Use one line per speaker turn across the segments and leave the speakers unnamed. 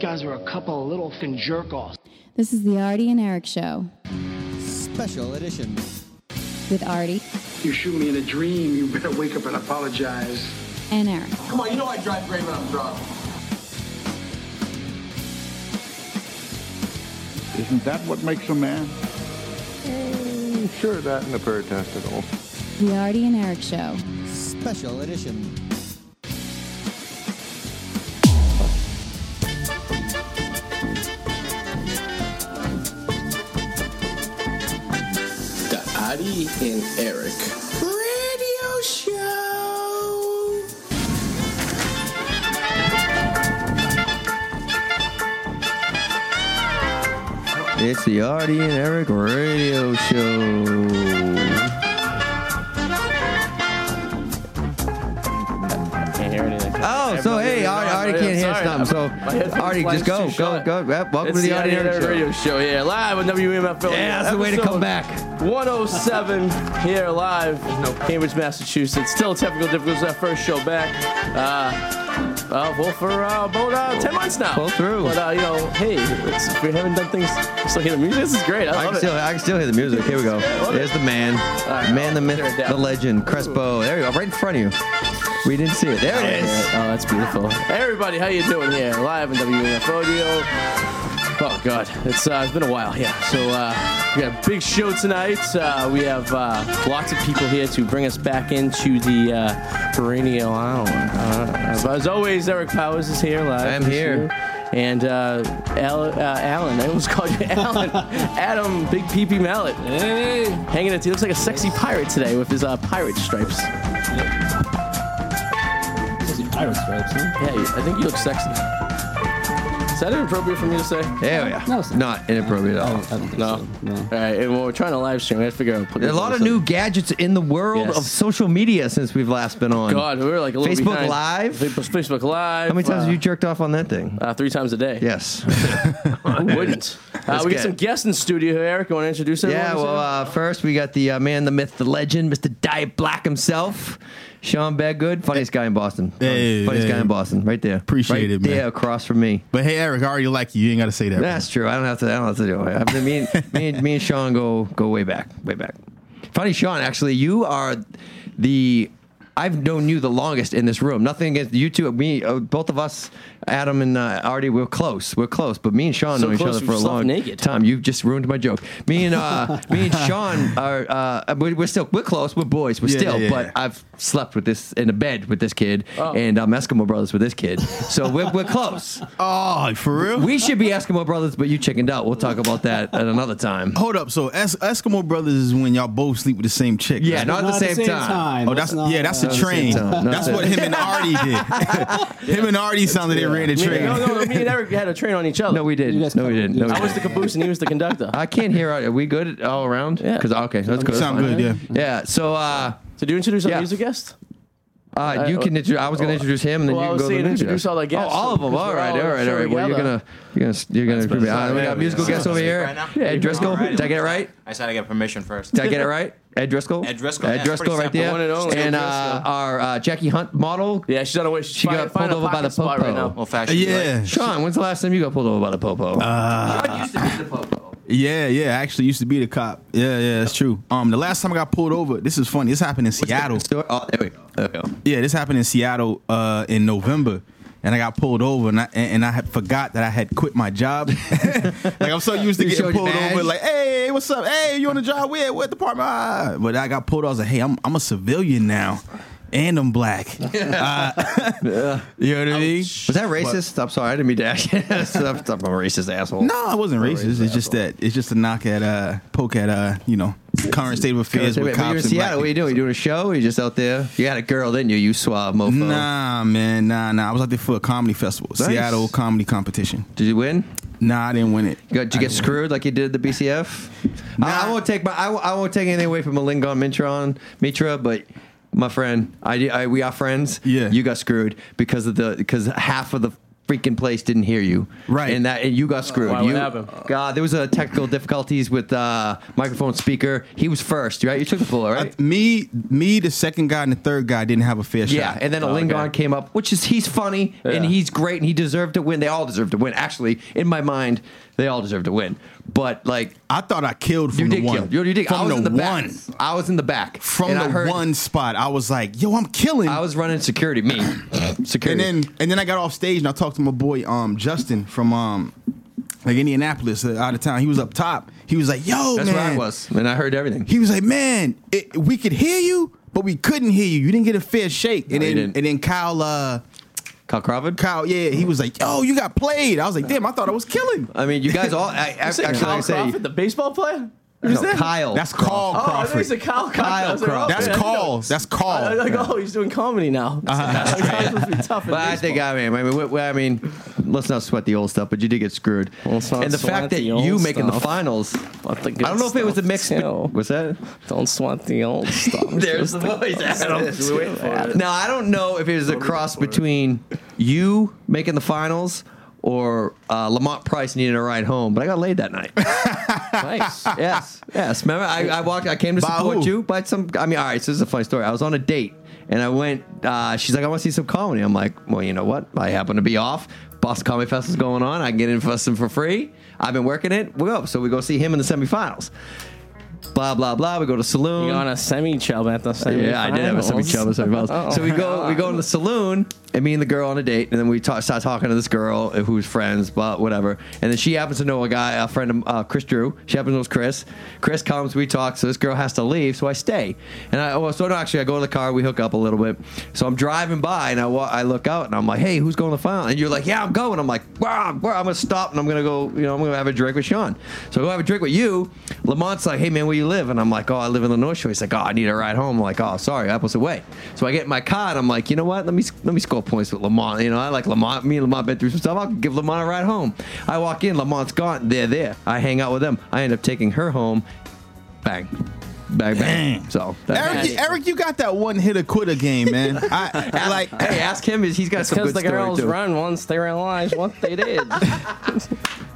guys were a couple of little fin jerk offs.
This is the Artie and Eric Show
Special edition.
with Artie
You shoot me in a dream, you better wake up and apologize.
and Eric.
Come on, you know I drive great when I'm drunk.
Isn't that what makes a man? sure, that and a pair of testicles.
The Artie and Eric Show.
Special edition.
The Adi and Eric radio show.
It's the Artie and Eric radio show.
Can't hear anything.
Oh, so hey, Artie, Artie can't hear something. So Artie, just go, go, go. Yep, Welcome
It's
to the Artie and Eric
Radio
show.
Show here, live on WMFL.
Yeah, that's the way to come back.
107 here live, no Cambridge, Massachusetts. Still technical difficulties. Our first show back. Uh, uh, well, for uh, about uh, 10 months now.
Pull through.
But uh, you know, hey, it's, we haven't done things. Still hear the music. This is great. I
I
love
can
it.
still, I can still hear the music. Here we go. There's the man,
right,
man, the
I'll
myth,
tear it down.
the legend, Crespo. There you go, right in front of you. We didn't see it. There it
Yeah,
is.
Oh, that's beautiful. Hey, everybody, how you doing here? Live in WNF Audio. Oh God, it's uh, it's been a while. Yeah. So uh, we got a big show tonight. Uh, we have uh, lots of people here to bring us back into the uh, radio hour. Uh, but as always, Eric Powers is here live.
I'm
this
here.
year. And uh, Al- uh, Alan, I almost called you Alan. Adam, Big Peepee Mallet,
Hey,
hanging out. He looks like a sexy pirate today with his uh, pirate stripes.
pirate stripes, huh?
Yeah, you- I think you look sexy. Is that inappropriate for me to say?
There we
No,
are.
sir.
Not inappropriate at
I
all.
don't, I don't think
No.
so. No.
All right, and well, we're trying to live stream. We have to figure out.
There are a lot of new gadgets in the world
Yes.
of social media since we've last been on.
God, we were like a little
Facebook
behind.
Live?
Facebook, Facebook Live.
How many times
uh,
have you jerked off on that thing?
Uh, three times a day.
Yes.
Who wouldn't? Uh,
Let's
we
get
got some
it.
guests in studio here. Eric, you want to introduce everyone?
Yeah, well, uh, first we got the uh, man, the myth, the legend, Mr. Diet Black himself, Sean Bedgood, funniest guy in Boston.
Hey,
funniest
hey.
guy in Boston, right there.
Appreciate
right
it, man.
There, across from me.
But hey, Eric, I already like you. You ain't got to say that.
That's true. I don't have to. I don't have to do it. I mean, me, and, me, and, me and Sean go go way back, way back. Funny, Sean. Actually, you are the. I've known you the longest in this room. Nothing against you two. Me, uh, both of us, Adam and uh, Artie, we're close. We're close, but me and Sean
So
know each
close
other
we
for a
slept
long
naked.
time. You've just ruined my joke. Me and uh, me and Sean are uh, we're, we're still we're close. We're boys. We're
Yeah,
still,
yeah,
but
yeah.
I've slept with this in a bed with this kid,
Oh.
and uh, I'm Eskimo brothers with this kid. So we're, we're close.
Oh, for real?
We should be Eskimo brothers, but you chickened out. We'll talk about that at another time.
Hold up. So es- Eskimo Brothers is when y'all both sleep with the same chick.
Yeah,
right?
not, at the same, time.
Oh, that's
Let's not,
yeah. That's
uh,
a train.
time. Not
That's
the-
what him and Artie did. him and Artie sounded they ran the
Me-
train.
no, no, no, me and Eric had a train on each other.
No, we
You
didn't.
guys
No, we didn't. No, we
I was the
didn't.
caboose and he was the conductor.
I can't hear. Are we good all around?
Yeah.
Because okay, that's good.
Sound
That's
good, yeah.
fine. Yeah. So, uh,
So do you introduce our
Yeah.
music guest?
uh, you
I-
can. Intro- I was going to introduce him, and then
Well, I
you
was
can go
saying
to the music
introduce
guest.
all the guests,
Oh, all of them.
because
All
we're
right.
all
All right. All right. Well, you're
together.
gonna. You're gonna. You're gonna. All right, we got
better.
musical guest over here.
Right now?
Ed Driscoll. Did I get it right?
I just had to get permission first.
Did I get it right? Ed Driscoll.
Ed Driscoll, yeah,
Ed
it's
Driscoll,
pretty
right
simple.
there.
One and only.
And
Ed Driscoll.
uh, our uh, Jackie Hunt model.
Yeah, she's on her way. She's
She
fi-
got
find
pulled over
a
by
pocket
the
spot right
popo.
now.
Old fashioned.
Yeah,
Sean, when's the last time you got pulled over by the popo?
yeah, yeah. I actually used to be the cop. Yeah, yeah. That's true. Um, the last time I got pulled over, this is funny. This happened in Seattle.
Oh, there we go. There we go.
Yeah, this happened in Seattle uh, in November. And I got pulled over, and I and and I had forgot that I had quit my job. like I'm so used to
You
getting
showed your
pulled
badge?
over, like, hey, what's up? Hey, you on the job? Where? What department? Ah. But I got pulled. I was like, hey, I'm I'm a civilian now, and I'm black. Uh, You know what I mean?
Was that racist? I'm sorry, I didn't mean to ask you. I'm, I'm a racist asshole.
No, I wasn't racist. It's just that it's just a knock at uh poke at uh you know current state of affairs
But
with
you're
cops.
in
and black
Seattle. What are you doing? You doing a show? Or you just out there? You had a girl, didn't you? You suave mofo.
Nah, man, nah, nah. I was out there for a comedy festival,
Nice.
Seattle comedy competition.
Did you win?
Nah, I didn't win it.
You got- Did you get screwed like you did at the BCF? I, I won't take my I, won't- I won't take anything away from Malingon Mitron Mitra, but my friend, I, I we are friends.
Yeah.
you got screwed because of the because half of the freaking place didn't hear you.
Right.
And that and you got screwed.
Why, what
You-
happened?
God, there was a technical difficulties with uh, microphone speaker. He was first, right? You took the bullet, right?
me, me, the second guy and the third guy didn't have a fair
Yeah,
shot.
and then a
Oh, okay.
Lingon came up, which is he's funny and
Yeah.
he's great and he deserved to win. They all deserved to win. Actually, in my mind, they all deserved to win. But like
I thought I killed from
you
the
did
one.
kill. You, you did.
From
I was
the,
in the back.
one.
I was in the back.
From
And
the
I heard-
one spot, I was like, "Yo, I'm killing."
I was running security. Me,
and
security.
then and then I got off stage and I talked to my boy um Justin from um like Indianapolis uh, out of town. He was up top. He was like, "Yo,
that's
man,
where I was, and I heard everything.
He was like, "Man, it, we could hear you, but we couldn't hear you. You didn't get a fair shake." And
No, you
then
didn't.
and then Kyle, uh,
Kyle Crawford.
Kyle, yeah, he was like, "Yo, you got played." I was like, "Damn, I thought I was killing."
I mean, you guys all. I, I, actually,
Kyle
I say
Crawford, the baseball player?
no,
Who's that?
Kyle.
That's Carl
Oh, I thought he
Crawford.
said Kyle Crawford.
Kyle
I was like, oh,
Crawford.
That's
man, I didn't
Carl.
know.
That's
I was
Carl.
like, oh, he's doing comedy now. That's must be tough. in
Uh-huh. But I think
baseball.
I mean, I mean, we- we- I mean, let's not sweat the old stuff. But you did get screwed.
Let's not
and the
sweat
fact that
the
you
old
making the
stuff.
finals.
But the good
I don't know if it was a
stuff,
mix.
too.
Was that?
Don't sweat the old stuff.
There's the voice.
We waiting for it.
Now I don't know if it was a cross between you making the finals or uh, Lamont Price needing a ride home, but I got laid that night.
Nice.
yes, yes. Remember, I, I walked. I came to
By
support
who?
you, but some. I mean, all right. So this is a funny story. I was on a date, and I went. Uh, she's like, I want to see some comedy. I'm like, well, you know what? I happen to be off. Boston Comedy Fest is going on. I can get in for some for free. I've been working it. We go. So we go see him in the semifinals. Blah blah blah. We go to saloon.
You on a semi chub at the semi.
Yeah, I did have a semi chub and something else. So we go we go in the saloon and me and the girl on a date, and then we talk, start talking to this girl who's friends, but whatever. And then she happens to know a guy, a friend of uh, Chris Drew. She happens to know Chris. Chris comes, we talk. So this girl has to leave, so I stay. And I oh, so no, actually I go to the car, we hook up a little bit. So I'm driving by and I wa- I look out and I'm like, hey, who's going to final? And you're like, yeah, I'm going. I'm like, wow, wow, I'm gonna stop and I'm gonna go. You know, I'm gonna have a drink with Sean. So I go have a drink with you. Lamont's like, hey man, where you live? And I'm like, oh, I live in the North Shore. He's like, oh, I need a ride home. I'm like, oh, sorry, Apple's away. So I get in my car and I'm like, you know what? Let me let me score points with Lamont. You know, I like Lamont. Me and Lamont been through some stuff. I'll give Lamont a ride home. I walk in, Lamont's gone. They're there. I hang out with them. I end up taking her home. Bang. Bang, bang.
Dang.
So
Eric, you, Eric, you got that one hit a quitter game, man. I, I like.
hey, ask him. Is he's got some
Because
good
the
story
girls
too.
run once they realize what they did.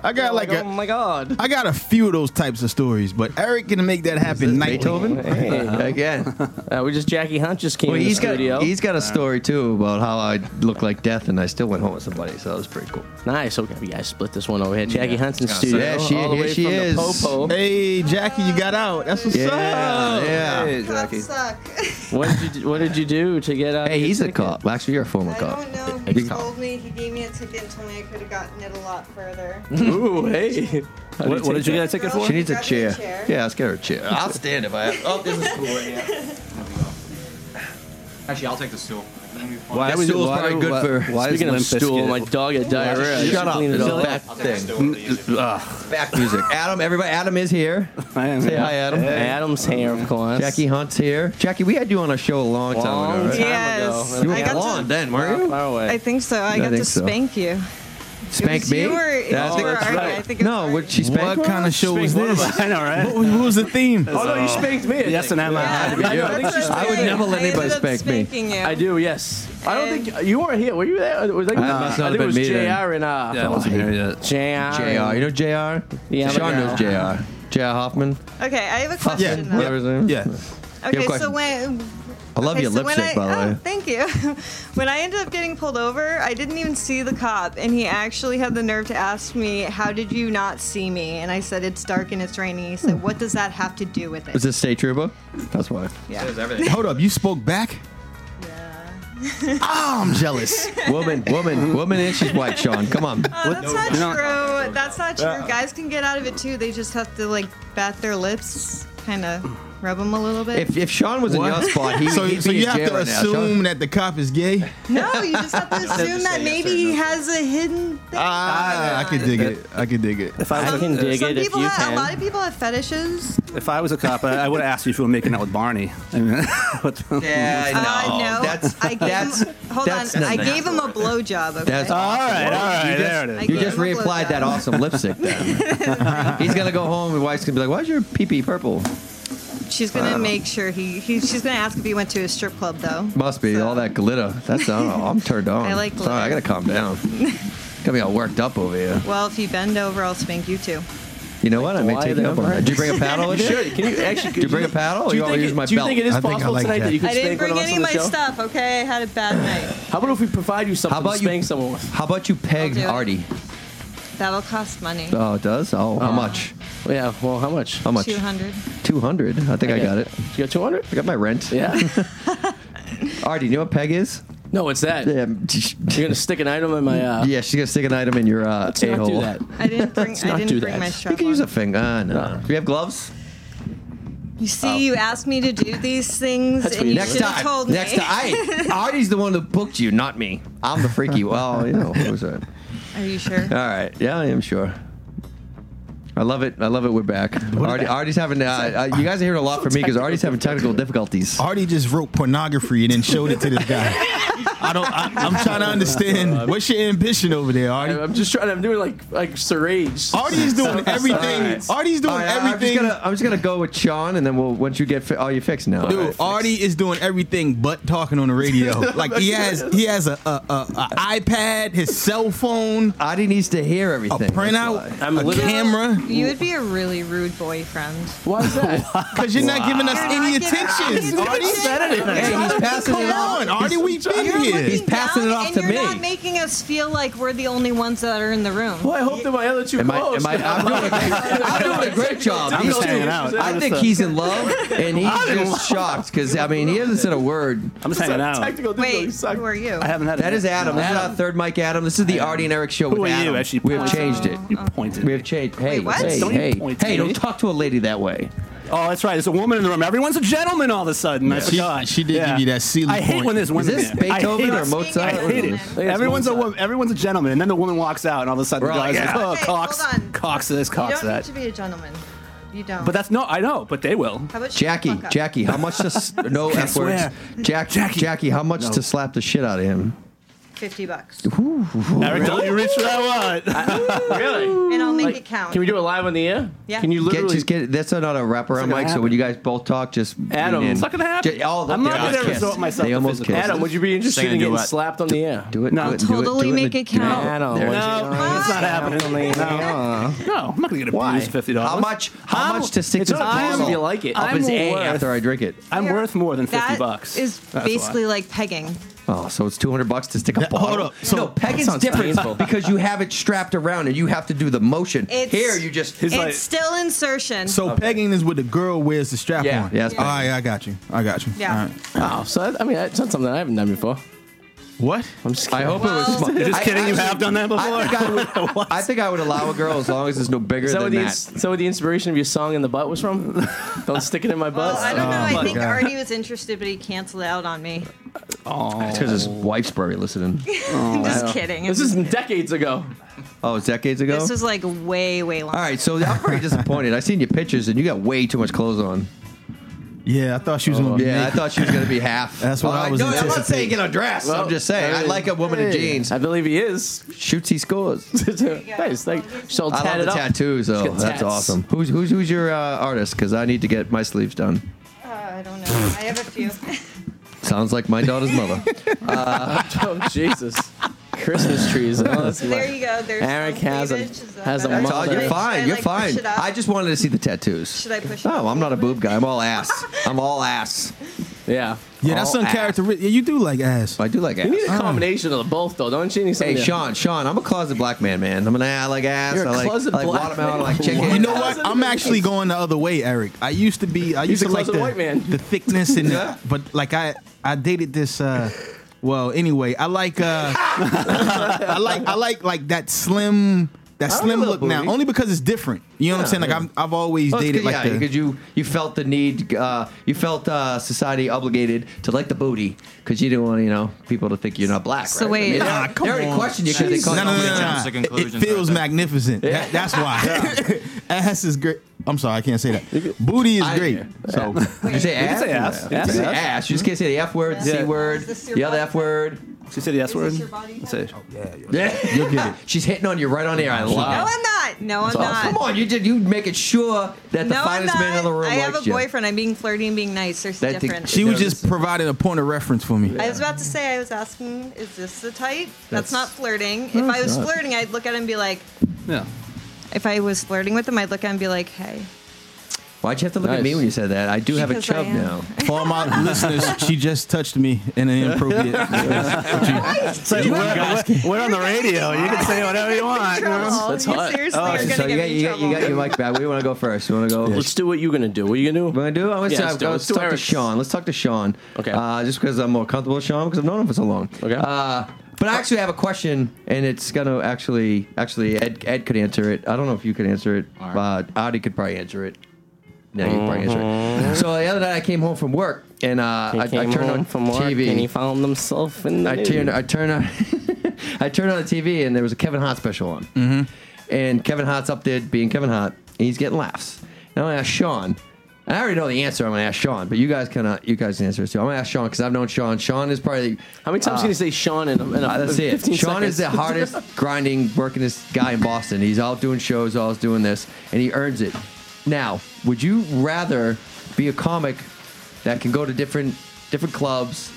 I got like
oh
a.
my god.
I got a few of those types of stories, but Eric can make that happen. Nightly.
Beethoven
Hey.
again.
Uh, we just Jackie Hunt just came
Well,
in the
he's got
studio.
he's got a story too about how I looked like death and I still went home with somebody, so that was pretty cool.
nice. Okay, we guys split this one over here. Jackie Hunt's in the
Yeah,
studio.
yeah, she-
all the
here
way
she
from
is.
The Popo.
Hey, Jackie, you got out. That's what's
Yeah,
up.
yeah.
Hey, Jackie. suck.
What did you do, What did you do to get out?
Hey, he's a cop. Well, actually, you're a former
I
cop.
don't know.
Big
He
cop.
told me he gave me a ticket and told me I could have gotten it a lot further.
Ooh, hey. What, what did you get a ticket for?
She needs a
Grab me
chair.
a chair.
Yeah, let's get her a chair. I'll stand if I have. Oh, this is cool. Yeah.
Actually, I'll take the stool.
Why
was-
stool's
why-
probably good for
why
Speaking of
Limp
stool,
Bizkit-
my dog had diarrhea. I should
Shut up.
clean it
It's
up.
a back thing. Ugh, Back music. Adam, everybody. Adam is here.
I am.
Say hi, Adam.
Adam's hair, of course.
Jackie Hunt's here. Jackie, we had you on our show a long time
Long
ago. Right?
time
Yes.
ago.
You were
I got to-
blonde then, weren't you?
Far away.
I think so. I, got
think
to
so.
spank you. It
Spank
was
me.
You were, it
Yeah, I
was
think
you
that's
or Artie.
right.
I think it was
No,
Artie.
what she spanked?
What kind of show was this?
I know, right?
What was, what was the theme?
Oh, no, you spanked me.
Yes, and am I.
Yeah,
you.
that's
I
what
think she
I'm
spanked
doing.
me. I would never let
I ended
anybody
up
spank me.
spanking you.
I do, yes. I don't think you weren't here. Were you there? Was that,
Nah, must not
I
have
think
been
it was
me
JR
then.
and uh,
Yeah, wasn't here yet.
JR.
JR. You know JR?
Yeah,
Sean
but-
knows JR. JR Hoffman.
Okay, I have a
Yeah.
question. though.
Whatever his name is.
Yeah.
You have
Okay,
a
so
question?
when
I love
okay,
your
so when
lipstick, by
I,
the
oh,
way.
Thank you. when I ended up getting pulled over, I didn't even see the cop, and he actually had the nerve to ask me, "How did you not see me?" And I said, "It's dark and it's raining." He said, "What does that have to do with
Is
it?"
this State Trooper? That's why.
Yeah.
Hold up, you spoke back? Ah, I'm jealous.
Woman, woman, woman, and she's white, Sean. Come on.
Oh, that's not
No.
true. That's not true. Guys can get out of it too. They just have to like bat their lips, kind of rub them a little bit.
If, if Sean was in your spot, he,
So,
he'd be
so
in
you have
jail
to
right now. Sean.
assume that the cop is gay?
no, you just have to assume that maybe he has a hidden thing.
Ah, I
going
could
on.
dig it. I could dig it.
If I,
Some-
was
can
a,
dig
some
it if
people
you
have,
can.
A lot of people have fetishes.
if I was a cop, I, I would have asked you if you were making out with Barney. I mean, what,
Yeah,
uh, no,
That's,
I gave
that's,
him, hold
that's
on.
not
I
nice.
gave him a blowjob. Okay.
That's
all
awesome.
right, all right,
You just-
there it is.
I
You
gave
just
him a
reapplied that
blowjob.
awesome lipstick then. He's going to go home and wife's going to be like, why's your pee pee purple?
She's
I
Uh.
gonna
don't know.
make sure he, he. She's gonna ask if he went to a strip club though.
Must be
So-
all that glitter. That's I don't know. I'm turned on.
I like
Sorry, I gotta
glitter.
calm down. Got me all worked up over here.
Well, if you bend over, I'll spank you too.
You know what? I may
Why
take you up
never?
on that. Did you bring a paddle with you?
Sure. Can you actually?
Do you bring a paddle or
Do you,
you want me
think,
to
it-
use my
do you
belt?
think it is
I think I
possible
like
tonight that
that.
you can
I
spank
didn't bring
one of us
any
on
of
the
my
show?
stuff. Okay, I had a bad night.
How about if we provide you something
How about
to
you-
spank someone with?
How about you peg
do it.
Artie?
That'll cost money.
Oh, it does? Oh, how much?
Yeah. Well, how much?
How much?
Two hundred.
200. I think I got it.
You got two hundred?
I got my rent.
Yeah.
Artie, you know what peg is?
no, it's that.
Yeah.
You're gonna stick an item in my. Uh,
yeah, she's gonna stick an item in your uh,
Let's
a
not
hole.
do that.
I didn't bring.
not
I
do
didn't bring
that.
my
You
strap.
You can use a
on.
finger. Uh, no. Do we have gloves?
You see,
Oh.
you asked me to do these things,
That's
and
what
you
you
Next
should have
time.
told me.
Next time. I, Artie's the one who booked you, not me. I'm the freaky. Well, you know, who's that?
Are you sure?
Uh,
All right. Yeah, I am sure. I love it. I love it. We're back. Artie, Artie's having. Uh, uh, you guys are hearing a lot from me because Artie's having technical difficulties.
Artie just wrote pornography and then showed it to this guy. I don't. I, I'm trying to understand. What's your ambition over there,
I-
Artie?
I'm just trying. I'm doing like like charades.
Artie's doing everything. Artie's doing
All right, I'm just
everything.
gonna. I'm just gonna go with Sean, and then we'll once you get fi- all your fix now.
Dude, Artie is doing everything but talking on the radio. like he has, he has a, a, a, a iPad, his cell phone,
Artie needs to hear
a
everything. that's why.
printout,
I'm
a
literally-
camera.
You would be a really rude boyfriend.
Why is that?
Because you're not giving us
You're
any
not giving us
attention,
any
Hey, he's
attention.
Artie.
passing
Come
it off.
on, Artie, we've been
You're
here.
looking
He's passing
down
it off
and
to
you're
me.
not making us feel like we're the only ones that are in the room.
well, I hope that my other two
Am I,
close.
am I, I'm, doing a great, I'm doing a great job.
I'm
He's
just uh, hanging
doing-
out.
I think he's in love, and he's just shocked because I mean he hasn't said a word.
I'm just hanging out.
Technical
Wait,
difficulties.
who are you?
I haven't had.
That is Adam. This is
Adam.
our third Mike Adam. This is the Artie and Eric show.
Who
with
are you?
Adam.
As she
we have
points-
changed it.
You pointed.
We have changed. Hey,
Wait, what?
hey,
Don't you
hey,
point to
hey!
me.
Don't talk to a lady that way.
Oh, that's right. There's a woman in the room. Everyone's a gentleman all of a sudden. I forgot.
she did give you that ceiling
I hate
point.
when there's women.
this
there. I
Beethoven
hate
or
it.
Mozart?
I hate it.
it's
Everyone's a
Mozart.
woman. Everyone's a gentleman, and then the woman walks out, and all of a sudden
We're
the
like,
guy's
yeah.
like, "Oh,
Okay,
Cox,
hold on.
Cox this,
you
Cox
don't need
that."
to be a gentleman. You don't.
But that's no, I know, but they will.
How about you
Jackie,
fuck up?
Jackie, how much to s- no
Can't
f words?
swear.
Jack, Jackie,
Jackie.
how much to slap the shit out of him?
Fifty bucks,
Eric, don't you reach for that one?
Really?
and I'll make it count.
Can we do it live on the air?
Yeah.
Can you
Get,
literally?
just get. That's not a wraparound
gonna
mic. So
happen.
when you guys both talk, just lean
Adam.
in.
It's
not gonna happen.
Ju- oh,
I'm
they
not
almost
gonna
kissed.
resort myself
They
to
almost
physical-
kissed.
Adam, would you be interested in
do
getting
what?
slapped on the air?
do it?
No.
do it,
Totally
do it, do
make
in
it
the- do
count.
Adam,
Oh. There
would
it
you-
is.
No, it's not happening. No, no, I'm not gonna get abused fifty dollars.
How much? How, much to stick
it's
to the
up to him if
bottle
you like it.
Up
I'm
his a
worth-
after I drink it.
I'm
Here.
worth more than fifty
That
bucks.
Is basically like pegging.
Oh, so it's two hundred bucks to stick a bottle.
hold up. So-
no, pegging's
sounds
different because you have it strapped around and you have to do the motion.
It's-
Here, you just.
It's
like-
still insertion.
So pegging is what the girl wears the strap
Yeah,
on.
yeah, that's
All right, I got you. I got you.
Yeah.
All right.
Oh, so that, I mean, that's not something I haven't done before.
What?
I'm just
I
kidding.
hope it was.
Well-
Smart.
You're just
I
kidding. you
actually-
have done that before.
I think I, would, I think I would allow a girl as long as it's no bigger
Is that,
than
what the,
that.
ins- is that what the inspiration of your song in the butt was from? Don't stick it in my butt. Oh.
well, Oh, I don't know. I think
God.
Artie was interested, but he canceled out on me.
It's because his wife's probably listening.
I'm just kidding.
This is decades ago.
Oh, it's decades ago.
This was like way, way long.
All right, so I'm pretty disappointed. I seen your pictures and you got way too much clothes on.
Yeah, I thought she was gonna. be
Oh, Yeah, I
naked.
thought she was gonna be half.
Oh, That's what
Well,
I was
No, I'm not saying
anticipating.
get a dress.
Well,
I'm just saying I
mean,
like a woman in
hey,
jeans.
I believe he is.
Shoots, he scores.
nice. Thank so
I
tat
love
it
the
up.
tattoos, though.
Let's get
That's
tats.
awesome. Who's who's who's your uh, artist? Because I need to get my sleeves done.
Uh, I don't know. I have a few.
Sounds like my daughter's mother.
Oh Jesus! Christmas trees. and all this
there you go. There's
Eric
some
has a-
cleavage. Is that
has a
better?
That's all.
mother.
You're fine.
Should I,
You're
like, push
fine.
it up?
I just wanted to see the tattoos.
Should I push it
No,
up?
I'm not a boob guy. I'm all ass. I'm all ass.
yeah.
Yeah,
Oh,
that's
All ass.
uncharacteristic. Yeah, you do like ass.
I do like
You
ass.
need a combination of the both, though, don't you? you need
Hey,
something-
Sean, Sean, I'm a closet black man, man. I'm an I like ass.
You're a
I like,
closet
I like
black
watermelon.
man.
I like chicken.
You know what?
Thousand
I'm actually going the other way, Eric. I used to be. I
He's
used
a
to like
closet
the,
white man.
the thickness and
Yeah.
the, but like I I dated this. uh Well, anyway, I like uh I like I like like that slim that
like
slim
little
look now
booty.
only because it's different. You know what I'm saying? Like I've I've always
Well, Oh, it's
dated
good,
like
yeah,
the.
because you you felt the need, uh, you felt uh, society obligated to like the booty because you didn't want you know people to think you're not black.
So
right?
wait-
they-
Nah,
uh, come
they already
on.
questioned you because they
No,
called
no,
you. ugly.
no, no,
jumps to
no. It,
conclusions
it feels
right there.
magnificent. That- that's why. ass is great. I'm sorry, I can't say that. Booty is
I-
great. So
Did you say ass?
say ass.
You
Yeah.
can say ass. You just can't say the f word, the c
Yeah.
word,
Is this your
the other
wife?
f word.
She said the S
Is this
word.
your body
I said,
Yeah, you'll get it. She's hitting on you right on air. I
No,
love.
I'm not. No, I'm not.
Come on, you did. You making sure that the
no, I'm
finest
not.
man in the room
I have
likes
a
you.
boyfriend. I'm being flirty and being nice. There's a
That thing-
difference.
She was just providing a point of reference for me.
I was about to say, I was asking, is this the type? That's,
That's-
not flirting.
No,
if I
it's
was
not.
flirting, I'd look at him and be like,
yeah.
if I was flirting with him, I'd look at him and be like, hey.
Why'd you have to look at
Nice.
me when you said that? I do have a
Because I
chub
am.
now.
For all my listeners, she just touched me in an inappropriate
We're, we're- we're on the radio. You can say whatever you want. you know?
That's
That's hot.
hot. Seriously, you're going to
so you got,
get me in
you, got, you
trouble.
got your mic back. Where do you want to go first? You want to go?
Let's do what you're gonna do. What are you gonna do?
What I do? I want
Yeah,
to
let's
let's,
do it. Let's do
talk to
Eric's.
Sean. Let's talk to Sean.
Okay.
Uh, just because I'm more comfortable with Sean because I've known him for so long.
Okay.
Uh, but I actually have a question, and it's gonna actually actually Ed Ed could answer it. I don't know if you could answer it. Uh, Adi could probably answer it. No, you could probably answer
Uh-huh.
it. So the other night I came home from work and uh, I, I turned on TV.
found himself in
I turned I turned on I turned on the TV and there was a Kevin Hart special on. Mm-hmm. And Kevin Hart's up there being Kevin Hart, and he's getting laughs. And I'm gonna ask Sean. And I already know the answer. I'm gonna ask Sean, but you guys can uh, you guys can answer it too. I'm gonna ask Sean because I've known Sean. Sean is probably the,
How many times
uh,
can you say Sean in, a- in
uh,
a,
that's
15
it. Sean
seconds?
is the hardest grinding, working this guy in Boston. He's out doing shows, always doing this, and he earns it. Now, would you rather be a comic that can go to different different clubs,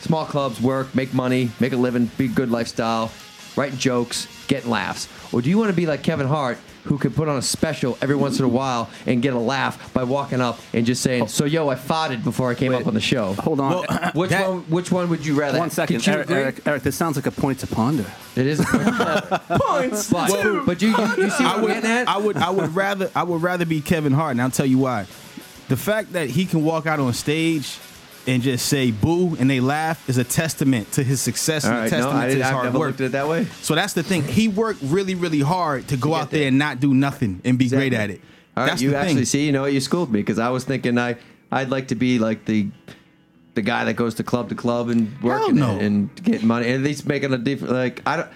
small clubs, work, make money, make a living, be good lifestyle, write jokes, get laughs, or do you want to be like Kevin Hart? Who could put on a special every once in a while and get a laugh by walking up and just saying,
Oh.
"So yo, I farted before I came up on the show."
Hold on.
Which
That-
one? Which one would you rather?
One second,
Could you
Eric,
agree?
Eric, Eric, this sounds like a point to ponder.
It is points. But, but you, you, you see what
I
I'm
would,
getting at?
I would, I would rather, I would rather be Kevin Hart, and I'll tell you why. The fact that he can walk out on stage and just say "boo" and they laugh is a testament to his success
All
and a
right, no,
testament
I
to
didn't,
his
I've
hard
never
work.
looked at it that way.
So that's the thing. He worked really, really hard to go out there,
there.
and not do nothing and be
Exactly.
great at it.
All right,
that's
you
the
actually
thing.
see, you know, what, you schooled me because I was thinking I, I'd like to be like the, the guy that goes to club to club and working
no.
and, and getting money and at least making a difference. Like I don't.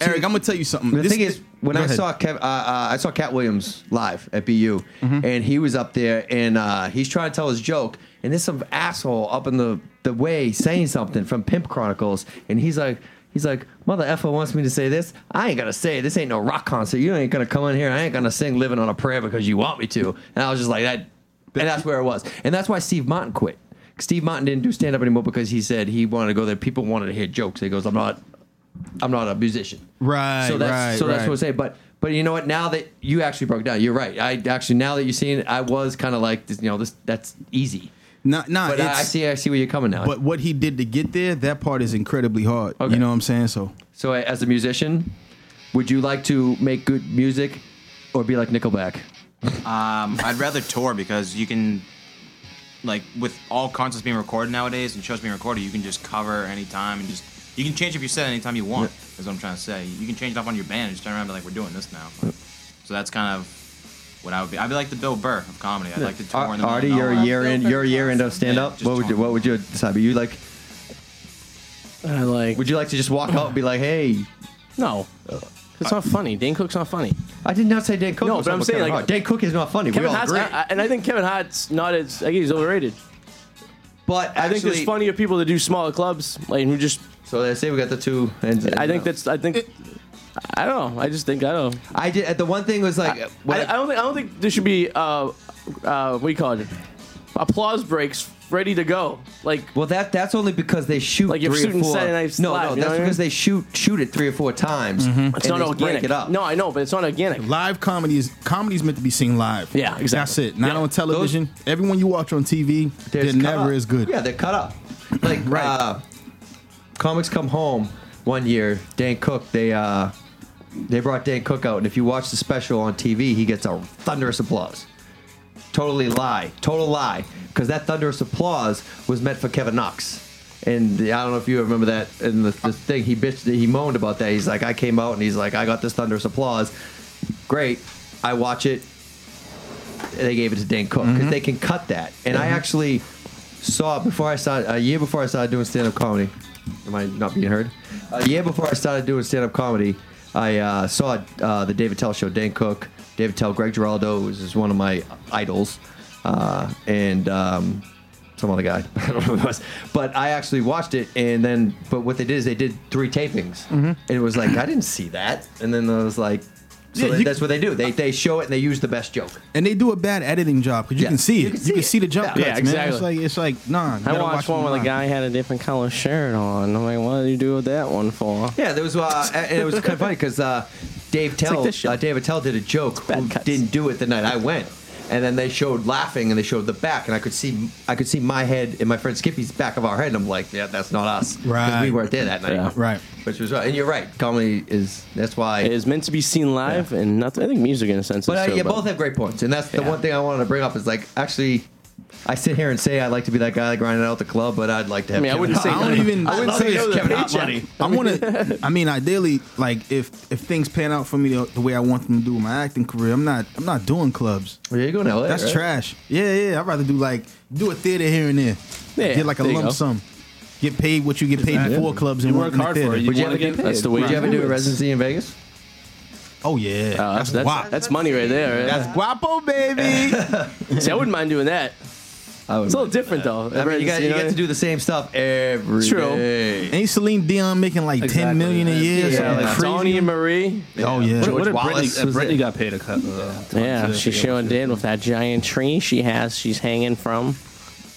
Eric, I'm gonna tell you something.
The
Um, This-
thing is, when
Go
I
ahead.
saw Kev, uh, uh, I saw Cat Williams live at BU,
Mm-hmm.
and he was up there, and uh, he's trying to tell his joke, and there's some asshole up in the the way saying something from Pimp Chronicles, and he's like. He's like, mother effer wants me to say this. I ain't gonna say it. this. Ain't no rock concert. You ain't gonna come in here. I ain't gonna sing "Living on a Prayer" because you want me to. And I was just like that, and that's where it was. And that's why Steve Martin quit. Steve Martin didn't do stand up anymore because he said he wanted to go there. People wanted to hear jokes. He goes, I'm not, I'm not a musician.
Right,
So that's
right,
so that's
right.
what I'm saying. But but you know what? Now that you actually broke down, you're right. I actually now that you're seeing it, I was kind of like this, you know this that's easy.
nah, nah,
But I, I
it's-
see I see where you're coming now.
But what he did to get there, that part is incredibly hard.
Okay.
You know what I'm saying? So
so as a musician, would you like to make good music or be like Nickelback?
Um, I'd rather tour because you can, like, with all concerts being recorded nowadays and shows being recorded, you can just cover anytime and just you can change up your set anytime you want. Is what I'm trying to say. You can change it up on your band and just turn around and be like, we're doing this now. So that's kind of what I would be. I'd be like the Bill Burr of comedy. I'd like to tour.
Ar-
in the
Artie,
middle
you're
of
a
nowhere.
year in. You're a year into stand
Yeah,
up.
just
what would you
talk.
What would you decide? Would you like
I like.
Would you like to just walk out and be like, hey?
no, it's not funny. Dane Cook's not funny.
I did not say Dan Cook.
No,
was
but I'm
up with
saying,
Kevin
like-
Hart. Dan Cook is not funny.
Kevin
we all
Hart's,
agree.
I- I- and I think Kevin Hart's not as. I think he's overrated.
but
I think there's funnier people that do smaller clubs, like who just.
So let's say we got the two. And,
I think that's. I think. I don't know. I just think I don't. know.
I did. The one thing was like,
I,
what
I don't think. I don't think there should be. Uh, uh, what do you call it? Applause breaks ready to go. Like
Well, that that's only because they shoot
Like you're
three
shooting
or four.
Saturday Night
no, no,
Live, you know
that's
what I mean? Mm-hmm.
because they shoot shoot it three or four times.
it's
and
not
they just
organic.
Break it up.
No, I know, but it's not organic.
live comedy is comedy's meant to be seen live.
Yeah, exactly.
That's it. Not
Yeah.
on television. Everyone you watch on TV,
They're
they're
just cut
never
up.
as good.
Yeah, they're cut up. Like
Right.
uh, comics come home one year. Dan Cook, they uh, they brought Dan Cook out, and if you watch the special on TV, he gets a thunderous applause. Totally lie, total lie, because that thunderous applause was meant for Kevin Knox. And the- I don't know if you remember that in the, the thing he bitched, he moaned about that. He's like, I came out and he's like, I got this thunderous applause. Great, I watch it they gave it to Dan Cook
Mm-hmm.
because they can cut that. And I actually saw before I started a year before I started doing stand up comedy. Am I not being heard? A year before I started doing stand up comedy, I uh, saw uh, the David Tell show. Dan Cook, David Tell, Greg Giraldo was is one of my idols, uh, and um, some other guy. I don't know who it was. But I actually watched it, and then but what they did is they did three tapings,
Mm-hmm.
and it was like I didn't see that, and then I was like, so
Yeah,
that-
you-
that's what they do. They they show it and they use the best joke.
And they do a bad editing job because you
Yeah.
can see it.
You
You
can see
can see,
it.
the jump
Yeah,
cuts,
exactly.
man. It's like, it's like, nah. you
I
gotta
watched
watch
one where the
online.
guy had a different color shirt on. I'm like, what did you do with that one for?
Yeah, there was uh, and it was kind of funny because uh, Dave
like
Tell
this show.
uh, David Tell did a joke who didn't do it the night I went, and then they showed laughing and they showed the back and I could see I could see my head and my friend Skippy's back of our head and I'm like yeah that's not us 'Cause we
Right.
weren't there that night
Yeah.
Right.
which was right and you're right comedy is that's why
It is meant to be seen live and nothing. I think music in a sense.
But
is
uh,
so,
yeah, both have great points, and that's the
Yeah.
one thing I wanted to bring up is like actually. I sit here and say I'd like to be that guy that grinded out the club, but I'd like to have.
mean, I
Kevin
wouldn't
Hart.
say-
I don't even.
I wouldn't
love
say
it.
it's
Yo,
Kevin
paycheck.
Hart.
I want to. I mean, ideally, like if if things pan out for me the, the way I want them to do with my acting career, I'm not I'm not doing clubs.
Where you going to LA?
That's
right?
trash. Yeah, yeah. I'd rather do like do a theater here and there.
Yeah,
get like a
there you
lump
go.
sum. Get paid what you get paid before clubs and
You work
in the
hard for it.
theater.
You
Would you
wanna
ever
get
do?
paid.
That's the way. Would you ever do a residency in Vegas?
Oh yeah,
Uh, that's,
that's,
that's,
guapo.
that's money right there.
That's guapo, baby.
Right? See, I wouldn't mind doing that.
I would.
It's a little different though.
I mean, you, got, you get to do the same stuff every
True.
day.
Ain't Celine Dion making like
Exactly,
ten million a
man.
year?
Yeah,
something
like
Tony
crazy.
and Marie.
Oh yeah.
George
What if
Wallace
Brittany,
was
uh, Brittany
it.
got paid a cut? Uh,
Yeah, she sure did with that giant tree she has. She's hanging from.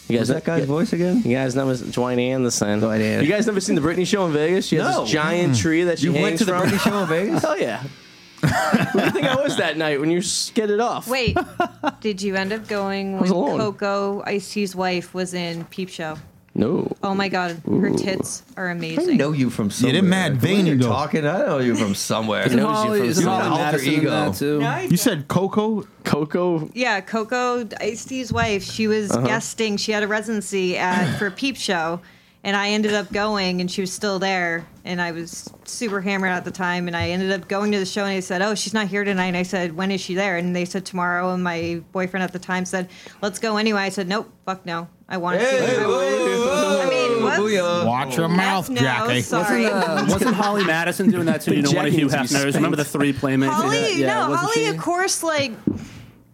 You guys,
Is that guy's
you,
voice again?
You guys never Dwayne Anderson.
Dwight Anderson.
You guys never seen the Britney show in Vegas? She has
No.
this giant tree that she
You
hangs
went to the
from.
Bernie show in Vegas?
Hell yeah. Who do you think I was that night when you skidded off?
Wait, did you end up going
was
when
alone.
Coco Icy's wife was in Peep Show?
No.
Oh my God, her tits are
I
amazing.
know you from somewhere.
they're mad
Like, when
veiny,
you're
though.
Talking, I know you from somewhere.
Isn't Holly- isn't
You're an
Holly
alter ego.
No, I
You said Coco.
Coco.
Yeah, Coco Ice-T's wife. She was guesting. She had a residency at for Peep Show, and I ended up going, and she was still there, and I was super hammered at the time, and I ended up going to the show, and they said, "Oh, she's not here tonight." And I said, "When is she there?" And they said tomorrow, and my boyfriend at the time said, "Let's go anyway." I said, "Nope, fuck no, I want to." see
Hey,
her."
whoa,
I mean,
whoa,
what's-
booyah.
Watch your mouth,
no,
Jackie.
sorry.
wasn't Holly Madison doing that too? You know, one of
Jackie
Hugh
needs to be
Hefner's.
spanked.
Remember the three playmates?
Holly,
yeah,
no,
wasn't
Holly,
she?
of course, like,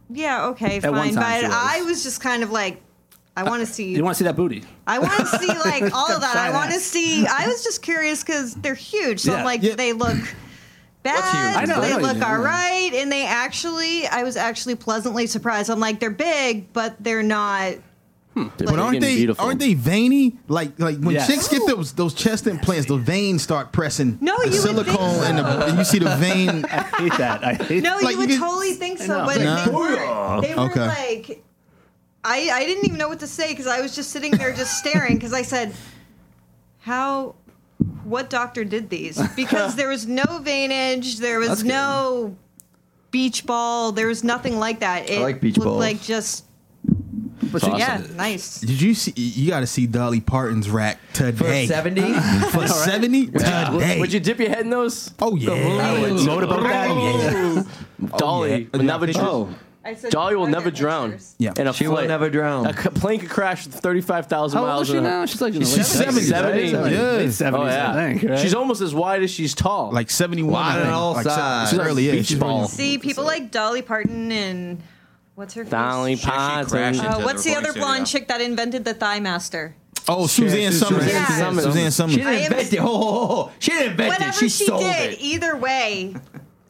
yeah, okay,
At one
fine,
time
but
she was. Uh,
I was just kind of like, I want to see.
You want to see that booty?
I want to see like all of that.
Try
I want to
that.
see. I was just curious because they're huge, so
Yeah.
I'm like,
Yeah.
do they look
huge?
bad?
I know,
do
I
they
know,
look
yeah.
all right? And they actually, I was actually pleasantly surprised. I'm like, they're big, but they're not.
Hmm.
But aren't they
beautiful.
aren't they veiny? Like like when
Yes.
chicks get those those chest implants, the veins start pressing.
No,
the
you would think
silicone and, the, and you see the vein.
I hate that. I hate
No,
Like,
you
you
would
could-
totally think so,
know.
but
Nah.
they were. They were
Okay.
like, I I didn't even know what to say because I was just sitting there just staring because I said, how. What doctor did these? Because there was no veinage, there was
That's good.
no beach ball, there was nothing like that. It
like beach
looked
balls.
like just
But
yeah, nice.
Did you see? You got to see Dolly Parton's rack today
Seventy.
for seventy today.
Would you dip your head in those?
oh yeah,
motorboat daddy.
Dolly will never drown.
Oh.
I said,
Dolly will
"Are there
never drown.
pictures?"
Yeah.
in a
She will
flight.
never
A
drown.
c- plane could crash with thirty-five thousand
How old
miles.
is she
in a-
now? She's like in the
She's
late
70,
70s, right?
right?
Yeah.
Late 70s,
Oh yeah,
I think. Right?
she's almost as wide as she's tall.
like seventy one.
Wide on all
like, se-
sides.
She's early. yeah,
Beach
she's
ball.
really-
See, people like Dolly Parton and what's her face?
Dolly
She actually
Parton.
crashed
Uh,
into
what's the
recording
other blonde
studio.
chick that invented the Thigh Master?
Oh, Suzanne Summers.
Suzanne Yeah. Summers.
Suzanne Summers.
She didn't
I am-
invent it. Oh, oh, oh, oh. She didn't invent
Whatever
it. She,
she,
sold
did,
it.
either way,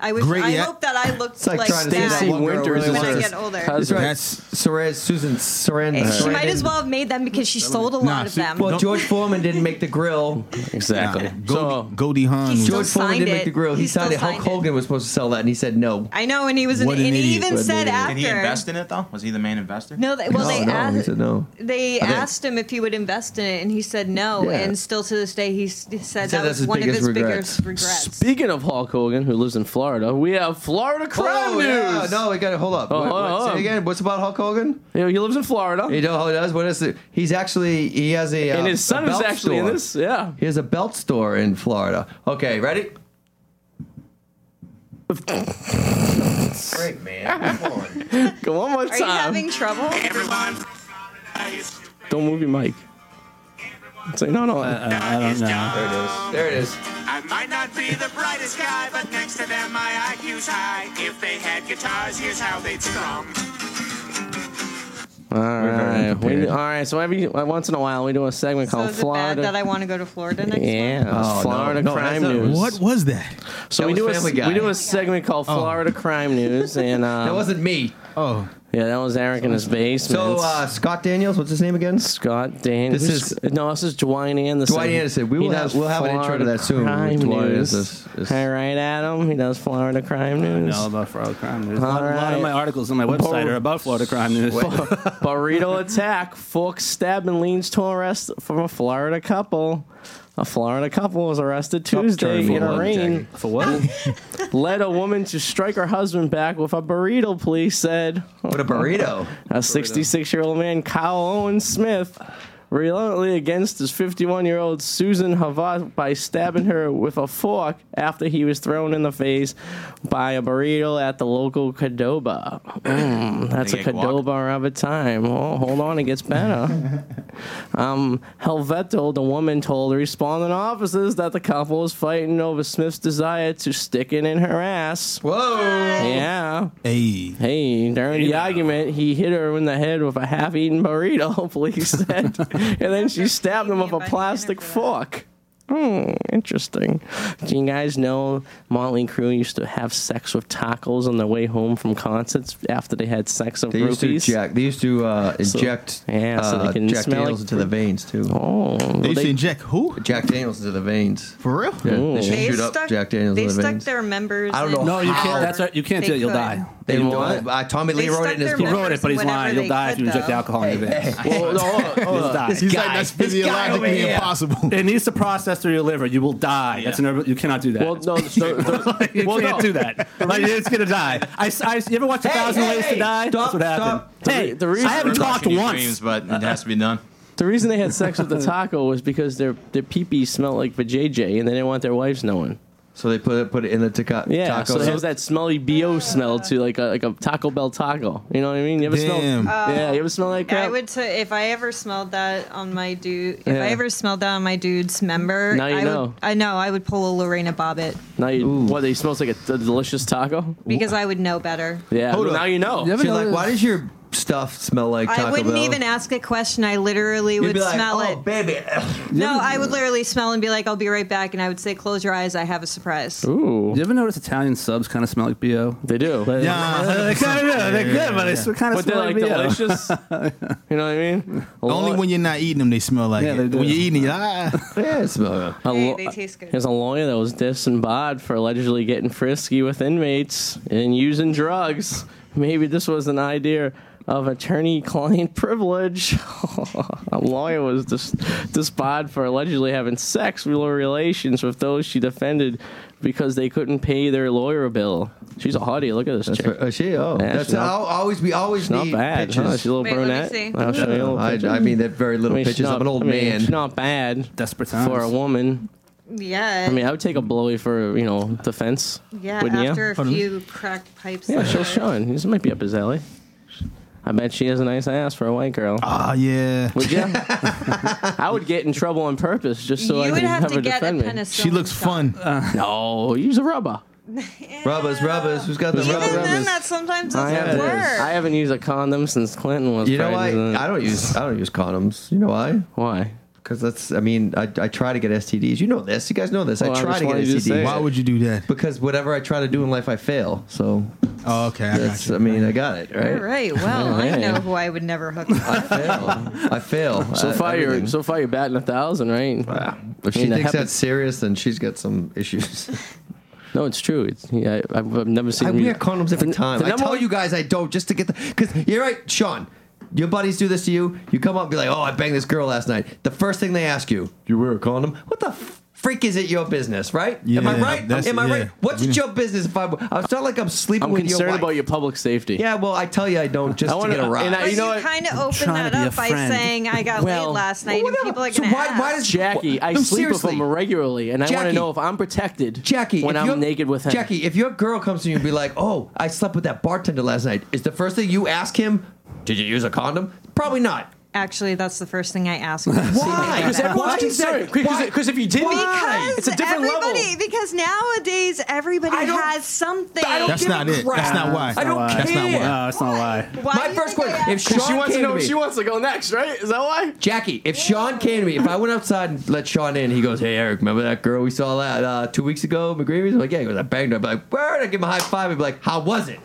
I was.
Great
I
act-
hope that I looked
like
like,
trying to say that
that
one-
Stacey
girl
Winters
really
is
when I
her
get older.
That's right.
That's-
Sorez, Susan Sarandon.
She might
Sarandon.
as well have made them because she sold a lot
Nah,
of
she-
them.
Well, George Foreman didn't make the grill.
Exactly.
Goldie, Goldie Hawn.
He's
was-
still-
George Foreman
signed
didn't make
it.
the grill. He,
He still
signed it. Hulk
signed it.
Hogan was supposed to sell that, and he said no.
I know, and he was. An,
What
and
an
he
idiot.
even
What an
said after.
Did he invest in it though? Was he the main investor?
No, they, well,
No,
they
no, he
asked.
said no.
They asked him if he would invest in it, and he said no.
Yeah.
And still to this day, he, s- he said that
that's
was
his
one of
biggest
his
regrets.
biggest regrets.
Speaking of Hulk Hogan, who lives in Florida, we have Florida crime
Oh,
news.
yeah. No, we got to hold up.
Oh,
What-
hold
what-
on, hold on.
Say again. What's about Hulk Hogan?
You know, he lives in Florida,
You know how he does? What is it? He's actually, he has a. Uh,
and his
a
son is
belt
actually in
store.
this. Yeah,
He has a belt store in Florida. Okay, ready? Great, man. Come on.
go one more
Are you
time.
having trouble?
Don't move your mic. It's like no, no.
Uh-uh.
I don't know.
There it is. There it is.
I might not be the brightest guy, but next to them my IQ's high. If they had guitars, here's how they'd strum.
All right.
prepared.
We, all right. So every uh, once in a while, we do a segment
So
called
is it bad
Florida.
that I want to go to Florida next
yeah,
Oh,
month?
it's Florida crime news.
What was that?
So
That
we
was
do a
Family Guy.
we do a segment called Florida crime news, and um,
Oh. That wasn't me.
Oh,
yeah, that was Eric in his
So
basement.
uh, Scott Daniels, what's his name again?
Scott Daniels.
This is
no, this is Dwight Anderson.
Dwight Anderson. We
He
will have
does
we'll have an intro to
Florida
that soon.
Crime
Dwight
news.
is- is-
All right, Adam. He does Florida crime news.
know about Florida crime news. A lot,
All
a lot
right.
of my articles on my website
Bur-
are about Florida crime news.
Burrito attack. Fork stab and leans to arrest from a Florida couple. A Florida couple was arrested
turn
Tuesday in
for
a
what,
rain.
Jackie? For what?
Led a woman to strike her husband back with a burrito, police said. What
a burrito.
a 66 year old man, Kyle Owen Smith, reluctantly against his 51 year old Susan Havas by stabbing her with a fork after he was thrown in the face by a burrito at the local Cadoba. Mm, that's a
They get guac?
Cadoba of a time. Oh, hold on, it gets better. um, Helveto, the woman, told responding officers that the couple was fighting over Smith's desire to stick it in her ass.
Whoa!
Yeah.
Hey.
Hey, during the argument, he hit her in the head with a half eaten burrito, police said. and then she stabbed him with a plastic fork. Hmm, interesting. Do you guys know Motley Crue used to have sex with tacos on their way home from concerts after they had sex with
They used to
groupies?
inject. They used to uh,
So-
inject
yeah, so they
uh,
can
Jack
smell
Daniels
like-
into the veins too.
Oh,
They used to inject who?
Jack Daniels into the veins.
For real?
Yeah,
Ooh.
they should
They
shoot up
stuck-
Jack Daniels
They
in the
stuck
veins.
their members.
I don't know
in
No, you can't-
powder.
that's right, you can't
They
do it, you'll
could.
die.
They
In
do
what?
it. Uh, Tommy Lee
They
wrote it in his
He
book.
wrote it, but he's
Whatever
lying. You'll
they
die if you
could,
inject
though.
alcohol in your veins.
Well, no, hold on, hold
You'll
on.
die.
He's like, that's physiologically impossible.
It needs to process through your liver. You will die. That's an herb- you cannot do that.
Well, no, no, no.
you
Well,
can't
no.
do that. Like, it's gonna die. I, s- I s- you ever watch A
Hey,
Thousand
hey,
Ways
hey,
to Die?
stop,
That's what happened.
stop.
Hey,
The re- the
I haven't
reason-
talked
Crushing your
once.
dreams, but it has to be done.
The reason they had sex with the taco was because their their pee pee smelled like vajayjay, and they didn't want their wives knowing.
So they put it put it in the taco.
Yeah,
taco
so there's that smelly bo smell to like a like a Taco Bell taco. You know what I mean? You ever smell?
Damn.
Yeah, you ever smell like crap?
I would say if I ever smelled that on my dude, if
Yeah.
I ever smelled that on my dude's member,
Now you
I
know.
Would, I know I would pull a Lorena Bobbitt
now you, what? It smells like a, a delicious taco.
because I would know better.
Yeah,
Hold
well,
up.
now you know.
You ever
She's
know
like,
that- why does your stuff smell like Taco
I wouldn't
Bell?
even ask a question. I literally
You'd
would
be like,
smell
oh,
it.
baby.
No, I would literally smell and be like, "I'll be right back," and I would say, "Close your eyes. I have a surprise."
Ooh,
You ever notice Italian subs kind of smell like bo?
they do. But,
Yeah.
They kind of do. They're good, but they kind of
they're
smell
like
like bo.
delicious. you know what I mean? A
Only
lo-
when you're not eating them, they smell like
Yeah, they
it.
do.
When you're eating it, ah.
yeah, it smells.
a
Hey,
lo-
they taste good.
There's a lawyer that was disembodied for allegedly getting frisky with inmates and using drugs. Maybe this was an idea of attorney-client privilege. a lawyer was dis- disbarred for allegedly having sexual relations with those she defended because they couldn't pay their lawyer bill. She's a hottie. Look at this
That's
chick.
right. Uh, she, oh,
Yeah,
that's
she's not-
how always we always
Not
need
bad.
pictures.
Huh? She's a little
Wait, let me
brunette.
see.
I'll show you a little
I,
picture.
I mean that very little
I mean, she's
pictures
not-
of an old
I mean,
man.
She's not bad
Desperate times.
for a woman.
Yeah.
I mean, I would take a blowy for you know defense.
yeah.
wouldn't you?
After a few cracked pipes.
Yeah,
like
she'll
that.
show it. This might be up his alley. I bet she has a nice ass for a white girl.
Ah, yeah.
Would you? I would get in trouble on purpose just so I
you
could
would have
have
to
her
get a
defend me.
penicillin.
She looks
shot.
fun.
No, use a rubber.
rubbers, rubbers. Who's got the
Even
rubbers?
then, that sometimes
I
doesn't
haven't,
work.
I haven't used a condom since Clinton was
You know why?
president.
I don't use I don't use condoms. You know why?
Why?
Because that's I mean I, I try to get STDs. You know this. You guys know this.
Well, I
I try
just
to get
wanted you to
STDs.
say it.
Why would you do that?
Because whatever I try to do in life, I fail. So
Oh, okay. I got
that's
you.
I mean I got it right.
All right. Well, I
Alright.
know who I would never hook up.
I fail. I fail.
So
at
far, you're
Uh, everything.
so far you're batting a thousand, right?
Wow. If she
I mean,
thinks
that happens-
that's serious, then she's got some issues.
No, it's true. It's, yeah, I, I've I've never seen.
I
you-
wear condoms every
The-
time.
the
I
number
tell
one-
you guys I don't just to get the. Because you're right, Sean. Your buddies do this to you. You come up and be like, oh, I banged this girl last night. The first thing they ask you, you wear a condom? What the freak is it your business, right? Am I
Yeah,
right?
that's-
Am I
yeah.
right? What's it your business if I. I sound like I'm sleeping
I'm
with your
concerned
wife.
about your public safety.
Yeah, well, I tell you I don't just
I
to
wanna-
get a
and
ride.
I-
But
you
you
know what?
kind of open
trying to
that
be a
up by
friend.
saying I got
Well-
laid last night, and
Whatever.
people are
So
going to
why,
ask.
why does
Jackie, I
No,
sleep
seriously.
with him regularly, and I want to
Jackie.
know if I'm protected.
Jackie,
when
if your-
I'm naked with him.
Jackie, if your girl comes to you and be like, "Oh, I slept with that bartender last night," is the first thing you ask him, "Did you use a condom?" Probably not.
Actually, that's the first thing I asked. when I was
Why?
seated
Because
back.
everyone's concerned. Because if you didn't,
Because
it's a different level.
everybody, Because nowadays everybody has something.
I don't
That's
give a
not it. That's
crap.
not why.
I don't
That's not
care.
why.
No,
that's not why.
Why
My first question: If Sean
she wants
came
to know
me,
if she wants to go next, right? Is that why?
Jackie, if Sean came to me, if I went outside and let Sean in, he goes, "Hey Eric, remember that girl we saw that uh, two weeks ago, McGreevy's?" I'm like, "Yeah." He goes, "I banged her." I'd be like, "Word!" I give him a high five. He'd be like, "How was it?"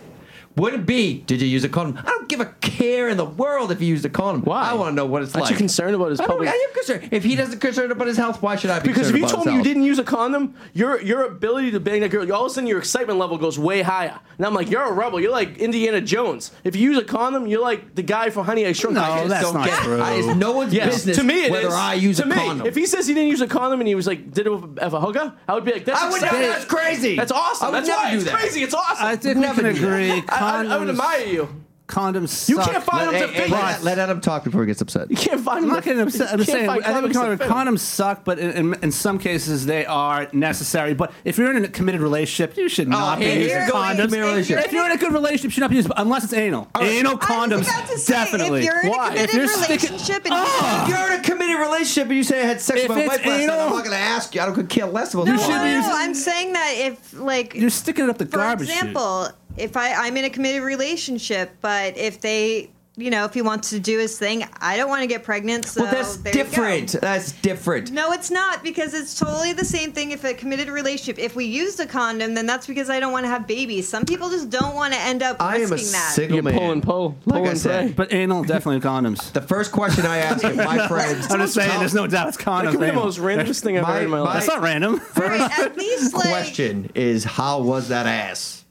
Would it be? Did you use a condom? I don't give a care in the world if you used a condom. Why? I want to know what it's
Aren't
like.
you concerned about his
I don't-
public-
I am concerned. If he doesn't concerned about his health, why should I be?
Because if
concerned
you
about his
told me you
health?
didn't use a condom, your your ability to bang that girl, all of a sudden your excitement level goes way higher. And I'm like, you're a rebel. You're like Indiana Jones. If you use a condom, you're like the guy from Honey I Shrunk.
No,
I just
that's
don't
not
get it.
true. I- it's no one's business
To me, it
whether
is.
I use
to
a
me,
condom.
If he says he didn't use a condom and he was like, did it with a hooker, I would be like, that's
I would never-
exciting.
that's crazy.
That's awesome.
I would
that's
never
why
do
it's
that.
crazy. It's awesome.
I think we can agree.
I, I, I would
Condoms-
admire you.
Condoms.
You
suck.
can't find
Hey,
them to
hey,
figure
let, let Adam talk before he gets upset.
You can't find
I'm
them.
not getting upset. I'm
You can't
saying I
find
think we can
condoms to
agree.
fit 'em.
Condoms suck, but in, in, in some cases they are necessary. But if you're in a committed relationship, you should not be
here
using
we go.
condoms.
Committed relationship.
If you're in a good relationship, you should not be using unless it's anal. Anal condoms,
I was about to say,
definitely.
If you're in
Why?
a committed
if you're sticking, Ah!
relationship and
If you're in a committed relationship and you say I had sex
If
with my
it's
wife last night, I'm
anal-
not going to ask you. I don't could care less about
no,
the
no,
law.
no, I'm saying that if like
you're sticking it up the
for
garbage. chute.
example, if I, I'm in a committed relationship, but if they, you know, if he wants to do his thing, I don't want to get pregnant. So
well, that's
there you go.
different. That's different.
No, it's not because it's totally the same thing. If a committed relationship, if we used a condom, then that's because I don't want to have babies. Some people just don't want to end up
I am
risking
a
that.
single
You
man.
pull and pull,
Like
pull
I
and
said,
pray.
But anal, definitely condoms.
The first question I ask of my friends.
I'm just saying, there's no doubt it's
That
condoms.
could be the
anal.
most randomest thing I've
My-
ever heard in my
my-
life.
That's not random.
All right, at least like
question is how was that ass?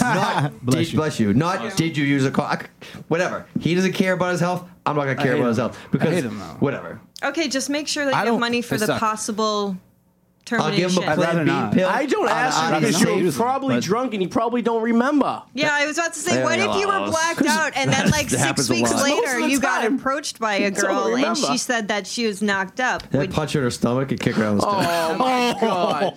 not bless, did, you. bless you. Not did you use a car? Whatever. He doesn't care about his health. I'm not gonna care
hate
about his
him.
health because
hate him, though.
whatever.
okay, just make sure that
I
you have
don't-
money for
they
the
suck.
possible
I'll give
termination.
him a
rather
plan B
not.
pill.
I don't
on
ask you
Adidas
because
tape.
you're probably
But-
drunk and you probably don't remember.
yeah, I was about to say,
There
what
we
if you
go.
were blacked out and then like
That happens
six
a
weeks
lot.
Most
later
of the
you got
time.
approached by a
That's all I
girl and
remember.
she said that she was knocked up?
That
Would-
punch her in her stomach and kick her out of the stomach.
Oh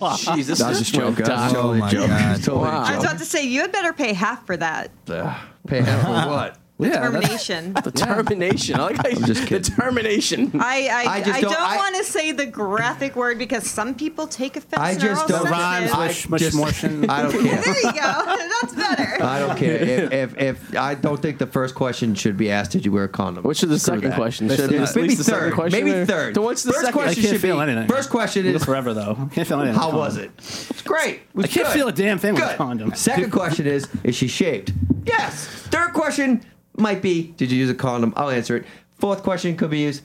my god. Jesus.
That was
this
a joke.
went
That was
dark.
totally a
Oh, my
joke.
God.
Totally a
Wow.
I was
joke.
about to say you had better pay half for that
Ugh. Pay half for what?
Yeah, that's-
termination.
Determination. I like how you
just kidding.
Determination.
I I,
I just
I
don't-
don't,
I-
want to say the graphic word because some people take offense.
I
and they're
just
all
don't-
sensitive.
Rhymes with
I
Mush- mush
just-
motion.
I don't care.
There you go. That's better.
I don't care. If, if, if I don't think the first question should be asked, did you wear a condom?
What should the
Screw
second
that.
question? Should it be
Yeah.
at
maybe
least the second
third.
question
Maybe
or-
third.
Then what's the
first
second? I
Question
can't
should
feel
be,
anything.
First question
Live
is
forever though. Can't feel anything.
how was it? It's great. It was
I can't
good.
feel a damn thing with
Good.
a condom.
Second question is is she shaved? Yes. Third question might be did you use a condom? I'll answer it. Fourth question could be used.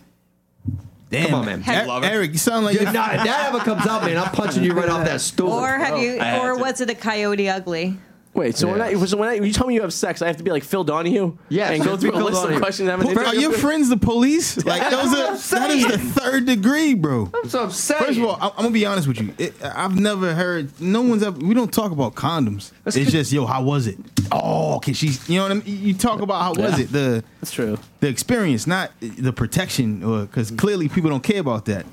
Damn,
on, man.
E-
Love it.
Eric, you sound like
If not, if that ever comes up, man, I'm punching you right off that stool.
Or have you?
I had
Or
to.
was it a coyote ugly?
Wait, so when, I, so when I, you tell me you have sex, I have to be like Phil Donahue?
Yes,
And go
just
through
be
a
Phil
list
Donahue.
of questions and have an
Are your
interview?
friends the police? Like those are that is the third degree, bro.
so I'm saying.
First of all, I, I'm gonna be honest with you. It, I've never heard. No one's ever. We don't talk about condoms.
That's
it's
good.
just yo, how was it? Oh, can she? You know what I mean? You talk about how was
Yeah.
it the
That's true.
the experience, not the protection, or because clearly people don't care about that.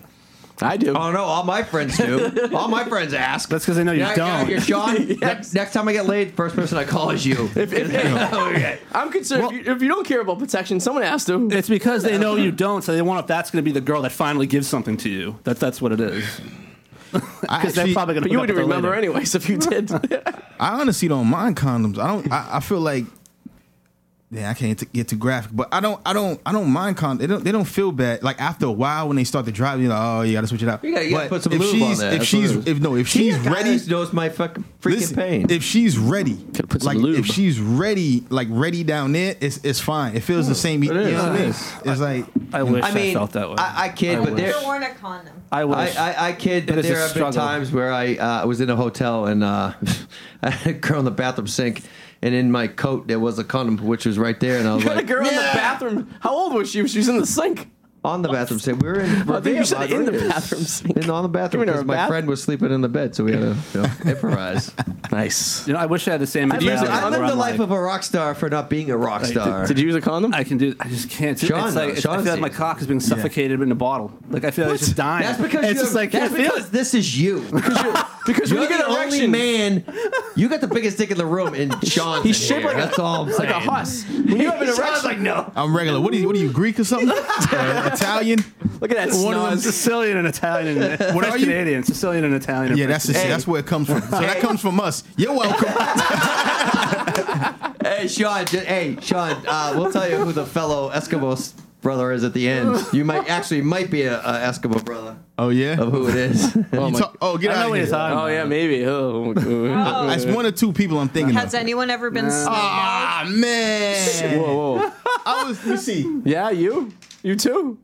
I do.
Oh no! All my friends do. all my friends ask.
That's 'cause they know you
Yeah, yeah,
don't.
you're Sean. next, next time I get laid, first person I call is you. okay.
I'm concerned. if, you, if you don't care about protection, someone has to.
It's because they know you don't, so they want if that's going to be the girl that finally gives something to you. That that's what it is.
I
Because they're
actually-
probably going to.
but you wouldn't remember anyways if you did.
I honestly don't mind condoms. I don't. I, I feel like, yeah, I can't t- get too graphic, but I don't. I don't. I don't mind condoms. They don't. They don't feel bad. Like after a while, when they start to drive, you're like, oh, you gotta switch it out.
You gotta, you gotta
But
put some
if
lube
she's,
on there.
If
That's
she's,
what it is.
if no, if
He
she's
got
ready,
guys knows my fucking freaking
listen,
pain.
If she's ready,
Gotta put some
like
lube.
if she's ready, like ready down there, it's it's fine. It feels the same. you know
is.
what I
It
mean?
is.
It's like
I wish
I
I,
mean,
felt that way.
I, I kid, but there,
Never worn a condom.
I wish.
I, I, I kid, but
is a
there have
struggle.
been times where I uh, was in a hotel and uh, I had a girl in the bathroom sink, and in my coat there was a condom, which was right there, and I was
Got a
like,
girl in the bathroom. How old was she? She was in the sink.
On the bathroom sink. We were in.
I think you said in the
Rodriguez.
bathroom sink.
In on the bathroom
Give me
because
a
my
bath-
friend was sleeping in the bed, so we had to you know, improvise.
Nice.
You know, I wish I had the same.
I lived, I lived the life of a rock star for not being a rock star.
you use a condom? I can do. I just can't. It's-
Sean,
it's
though.
like, it's, I
Sean's
feel like my
seen it.
cock is being suffocated in a bottle. Like I feel like it's just dying.
That's because
it's
you're,
just like
that's
I feel
because this is you. Because you're,
because when you get
the
an
only
erection-
man. You got the biggest dick in the room, and Sean.
He's shaped like a-
that's all I'm
like
saying.
a huss. When you have an
Sean's
erection-
like no.
I'm regular. What are you? What are you Greek or something? Uh, Italian?
Look at that
One of them
snot.
Sicilian and Italian. And, what
are
are
you?
Canadian? Sicilian and Italian. and
Yeah, that's the,
French.
that's where it comes from. So that comes from us. You're welcome.
Hey, Sean. ju- hey, Sean. Uh, we'll tell you who the fellow Eskimo s- brother is at the end. You might actually might be a, a Eskimo brother
Oh yeah.
of who it is.
You talk- oh, get
I
out
know
of
what
here.
you're talking
Oh
about.
yeah, maybe. Oh,
Oh.
It's one or two people I'm thinking
Has
of.
anyone ever been
Oh,
snubbed?
Ah man.
whoa, whoa.
I was. You see.
Yeah, you, you too.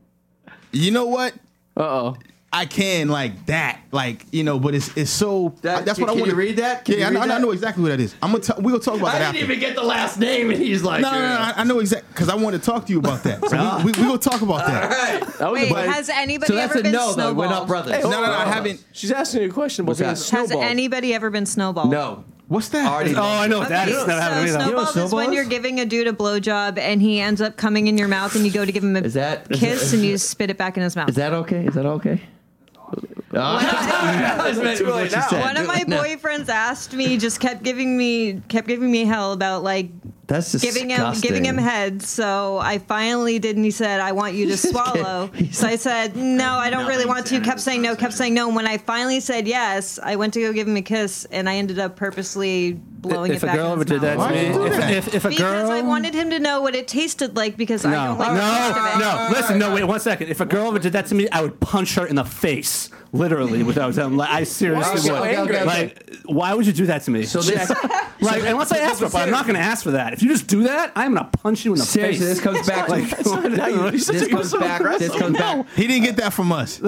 You know what?
Uh oh.
I can like that, like you know, but it's it's so.
That-
that's what I
can
want
you read that? Can
Yeah, I
you
know,
read
I know exactly what that is. I'm gonna t- we gonna talk about
I
that
didn't
after.
even get the last name, and he's like,
no, no, no,
yeah.
I- I know exactly because I want to talk to you about that. So we, we, we gonna talk about that.
That was
Wait,
a bite.
has anybody
So that's
ever
a
been
no, though.
snowballed?
We're not brothers.
No, no, no, I haven't.
She's asking you a question about
What's
being
that?
Has
snowballed.
anybody ever been snowballed?
no.
What's that?
Already
Oh, I know
Okay,
that. It's never happened to me
so
though.
snowballed is
snowball
when
is?
you're giving a dude a blowjob and he ends up coming in your mouth and you go to give him a
Is that- is
kiss
that-
and you spit it back in his mouth.
Is that okay? Is that okay? Ah. That's what she said.
One of my boyfriends asked me, just kept giving me kept giving me hell about like
That's disgusting.
giving him giving him head. So I finally did, and he said, "I want you to swallow." So I said, "No, I don't really want to." Kept saying no, kept saying no. And when I finally said yes, I went to go give him a kiss, and I ended up purposely blowing
If
it
a
back.
girl
in
ever
his
did that
mouth.
to me,
Why would you do that?
if, if, if a girl,
because I wanted him to know what it tasted like because I
no,
don't like the taste
no,
of it.
no. Listen, no, wait, one second. If a girl ever did that to me, I would punch her in the face, literally, without telling. Like, I
Why are you
seriously
so
would.
angry?
Like, why would you do that to me?
So this,
like, unless I ask for it, but I'm not going to ask for that. If you just do that, I'm going to punch you in the
seriously,
face.
this comes back.
Like,
to, this comes back. This comes back.
He didn't get that from us.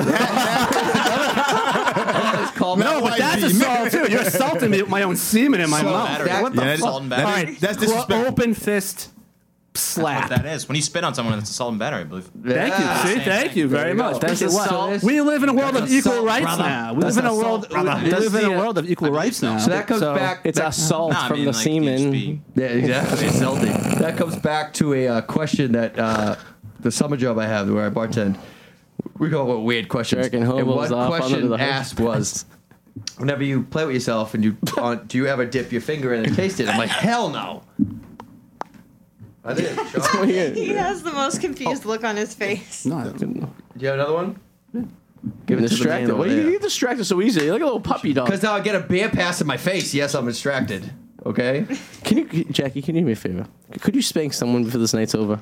Let's call
No,
No, but that's
YG.
assault too. You're assaulting me with my own semen in my
Salt
mouth.
battery.
What
Yeah,
the
that-
fuck?
salt and battery.
All right,
That's
clo-
disrespectful.
Open fist
What
slap.
that is. When you spit on someone, it's a salt and battery, I believe.
Thank you.
Yeah.
See,
Same
thank
thing.
you
There
very
you go.
much. Thank
That's
you.
assault.
Wow. We live in a world of
That's
equal
assault,
rights
brother.
now. We
That's
live in a
assault,
world.
brother.
We
That's
live in
the,
a
uh,
world of equal rights now.
So that comes back.
It's
that-
assault
Nah, I
from
mean,
the
like, you just
semen.
be-
Yeah, exactly. It's healthy. That comes back to a uh, question that uh, the summer job I have where I bartend. We go with weird questions.
Jerking
and
hobos
one
off under
question
the-
asked was, whenever you play with yourself and you on, do you ever dip your finger in and taste it? I'm like, hell no. I did. Sean, do
He has the most
Oh.
confused look on his face.
No, I couldn't.
you have another one? Give
Getting
it to the man
distracted.
over
What do you
there.
you get distracted so easily? You're like a little puppy dog.
Because now I get a beer pass in my face. Yes, I'm distracted. Okay.
Can you, Jackie? Can you do me a favor? Could you spank someone before this night's over?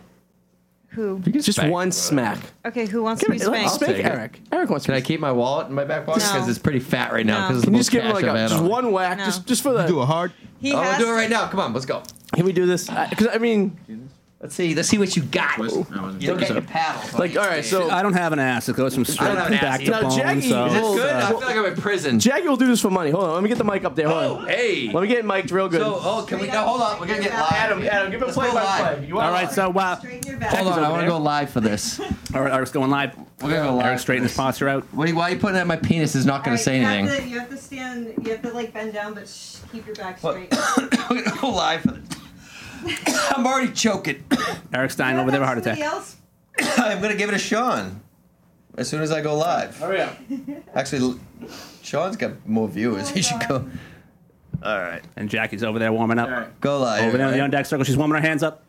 Who?
Just one smack.
Okay, who wants to be
Like,
spanked?
spank
take it.
Eric. Eric wants.
Can I
to
keep my wallet in my back pocket
No.
because it's pretty fat right now?
No.
Because
Can you just give him like a, just
one.
one whack,
No.
just just for
Do
the?
it hard.
He
Oh,
has
we'll do it right now. Come on, let's go.
Can we do this? Because I mean,
Let's see. Let's see what you got.
Was- I wasn't-
You'll get your paddle.
like, all right. So
I don't have an ass. It goes from straight
don't have an ass
back to
either.
Now,
bone.
Jackie,
so-
is
Is
it
this good? I feel
Well,
like I'm in prison.
Jackie will do this for money. Hold on, let me get the mic up there. Hold
Oh,
on.
hey.
Let me get mic'd real good.
So, oh, can we? No, hold on. We're gonna get live.
Adam, Adam, give him a
Let's go
play by
live.
play.
All right, so uh, wow.
Straighten your back.
Hold on. I want to
there.
go live for this.
All right, Eric's going live.
We're gonna go live.
Eric, straighten his posture out.
What are you, why are you putting that? My penis is not gonna
Alright,
say
you
anything.
Have to, you have to stand. You have to like bend down, but sh- keep your back
What?
straight.
We're gonna go live for this. I'm already choking.
Eric's dying over there with a heart
Somebody
attack.
else?
I'm gonna give it a Sean. As soon as I go live.
Hurry up.
Actually, Sean's got more viewers. He should go. All right.
And Jackie's over there warming up.
Go live.
Over there in the on deck circle. She's warming her hands up.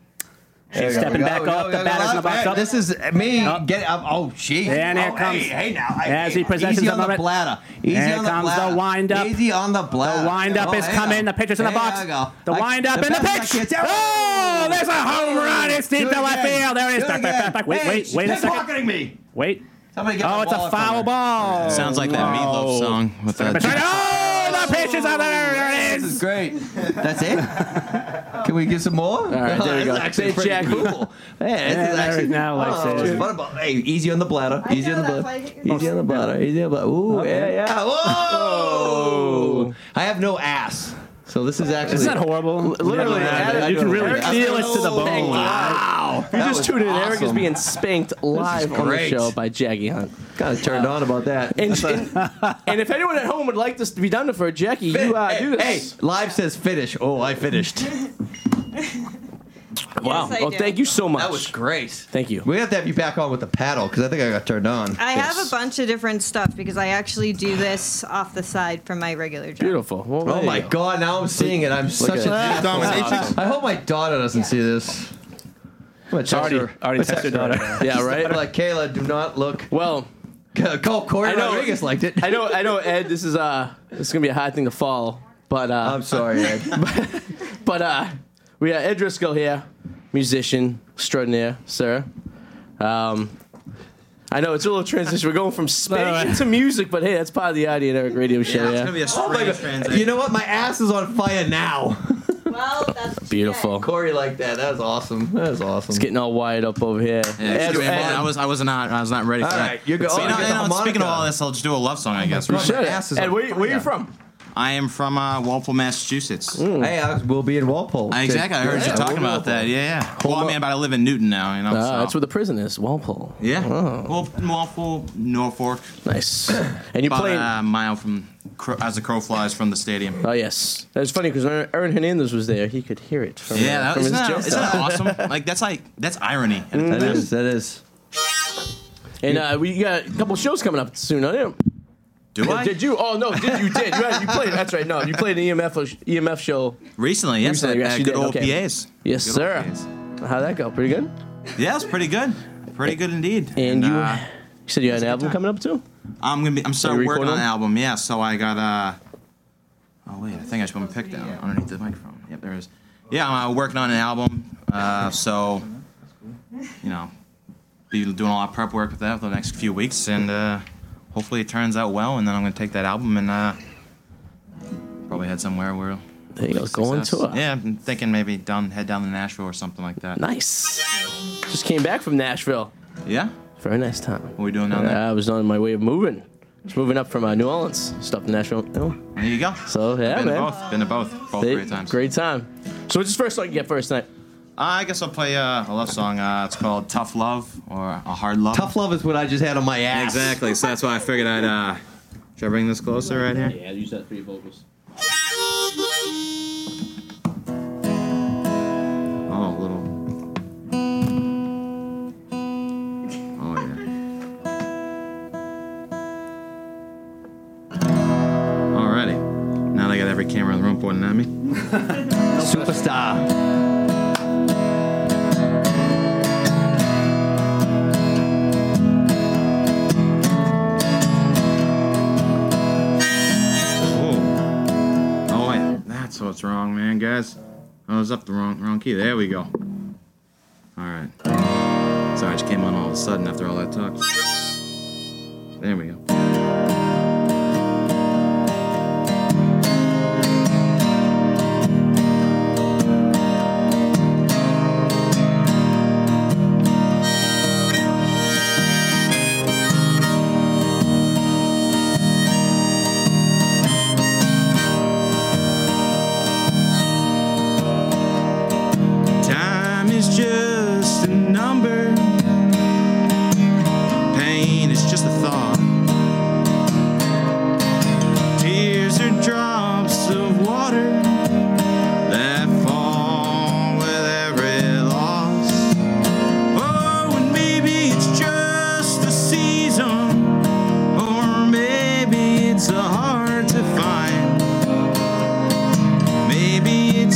She's stepping back up. The batter's in the box up.
This is me.
Up.
Get up. Oh, she.
And here
oh,
comes-
Hey, hey now. Hey,
as
hey,
he
now.
possesses
Easy
the
on
moment.
the bladder. Easy
Here
on
comes
the
the
bladder.
wind-up.
Easy on the bladder.
The wind up
Oh,
is
hey
coming.
now.
The pitcher's in the
Hey,
box.
there you go.
The
I-
wind up and the
best I
pitch.
can do.
Oh, there's a home run. It's deep
Do it
to left
again.
field. There it is.
Do
Back, back,
again.
back, back. Wait,
Hey,
wait,
she's
wait a second.
pickpocketing me.
Wait.
Somebody get
Oh,
my
it's a
wallet from
foul
her.
ball.
Sounds like that meatloaf
Oh,
song with that.
Oh, the pitch is out there. There it
This is
is.
great. That's it. Can we get some more? All
right, there we go.
Actually,
Say
pretty
Jack.
cool. Hey,
Yeah,
this is
there
actually
is now, like,
oh,
say-
what about- hey, easy on the bladder.
I
Easy
know,
on the
that's
bladder.
why I get-
Easy on the bladder. Easy on the bladder. Ooh, yeah, yeah. Whoa! I have no ass. So this is actually
Isn't that horrible?
Literally,
Yeah,
Adam,
you can really
Eric
feel it
is
to the
spanked
bone.
live. If you
That
just
was
tuned in, Eric is
awesome.
being spanked live on the
great.
show by Jaggy Hunt.
Kind of turned on about that.
And, and- and if anyone at home would like this to be done for Jackie, you uh, do this.
Hey, live says finish. Oh, I finished.
wow.
I
well,
do.
thank you so much.
That was great.
Thank you.
We have to have you back on with the paddle because I think I got turned on.
I have a bunch of different stuff because I actually do this off the side from my regular job.
Beautiful. Well,
oh
there
my
you go.
god! Now I'm seeing it. I'm such
at
a
that.
domination. I hope my daughter doesn't see this. I'm gonna text
Already-
her.
already
I'm gonna
text
text
your
her.
daughter. Yeah, right?
I'm like Kayla, do not look.
Well,
call Corey Rodriguez liked it.
I know. I know. Ed, this is uh, this is gonna be a hard thing to follow. But uh, I'm
sorry, Ed.
but uh, we got Ed Driscoll here, musician extraordinaire, sir. Um, I know it's a little transition. We're going from spanking to music, but hey, that's part of the Adi and Eric radio show. Yeah,
it's gonna be a
Oh my
strange
God.
transition.
You know what? My ass is on fire now.
Well, that's
Beautiful.
Corey liked that. That was awesome. That was awesome.
It's getting all wired up over here.
Yeah,
Ed-
excuse me,
Ed-
I was I was not I was not ready for
All
that.
right, you're go-
So,
oh,
you know,
you got the
you know, speaking
harmonica.
of all this, I'll just do a love song, I guess.
God,
right?
my ass is
Ed,
on
where, where you
fire.
from?
I am from uh, Walpole, Massachusetts.
Hmm.
Hey, I will be in Walpole.
I- exactly, I heard
Yeah.
you talking about that. Yeah, yeah. Well, I mean, but I live in Newton now, you know.
Ah,
so.
that's where the prison is, Walpole.
yeah.
Oh.
Well, Walpole, Norfolk.
Nice. And you
about
playing?
a mile from cro- as the crow flies from the stadium.
oh yes. That's funny because Aaron Hernandez was there. He could hear it. From,
Yeah,
uh,
that,
from
isn't,
his
that,
jet
isn't
set.
that awesome? Like that's like that's irony.
That is. That is.
And uh, we got a couple shows coming up soon, aren't you?
Do
Well,
I?
Did you? Oh no, did you did you, had- you played? That's right. No, you played an EMF sh- EMF show.
Recently, yes,
Recently,
at,
yes,
at
you
good
did,
old
okay.
PAs.
Yes,
Good old
sir.
PAs.
How'd that go? Pretty good.
Yeah, that's pretty good. Pretty good indeed.
And you,
uh,
you said you had an album
time.
coming up too.
I'm gonna be. I'm
Are
starting
you
working on
recording?
an album. Yeah. So I got. uh Oh wait, I think I should put my pick down underneath the microphone. Yep, there it is. Yeah, I'm uh, working on an album. Uh, so, you know, be doing a lot of prep work with that for the next few weeks, and uh, hopefully it turns out well. And then I'm gonna take that album and uh, probably head somewhere where.
There you go, going
success.
to it.
Yeah, I'm thinking maybe down head down to Nashville or something like that.
Nice. Just came back from Nashville.
Yeah.
Very nice time.
What are we doing down there?
I was on my way of moving. Just moving up from uh, New Orleans, stuff to Nashville. Oh,
There you go.
So yeah,
been
man.
to both. Been to both. Both
They-
great times.
Great time. So what's your first song you get first night?
I guess I'll play uh, a love song. Uh, it's called Tough Love or A Hard Love.
Tough love is what I just had on my ass.
Exactly. So that's why I figured I'd. Uh, should I bring this closer right here?
Yeah, you said three vocals.
Oh, a little. Oh, yeah. Alrighty. Now they got every camera in the room pointing at me.
Superstar.
Oh. Oh, wait. That's what's wrong, man, guys. I was up the wrong wrong key. There we go. All right. Sorry, I just came on all of a sudden after all that talk. There we go. Time is just a number. Pain is just a thought. Oh,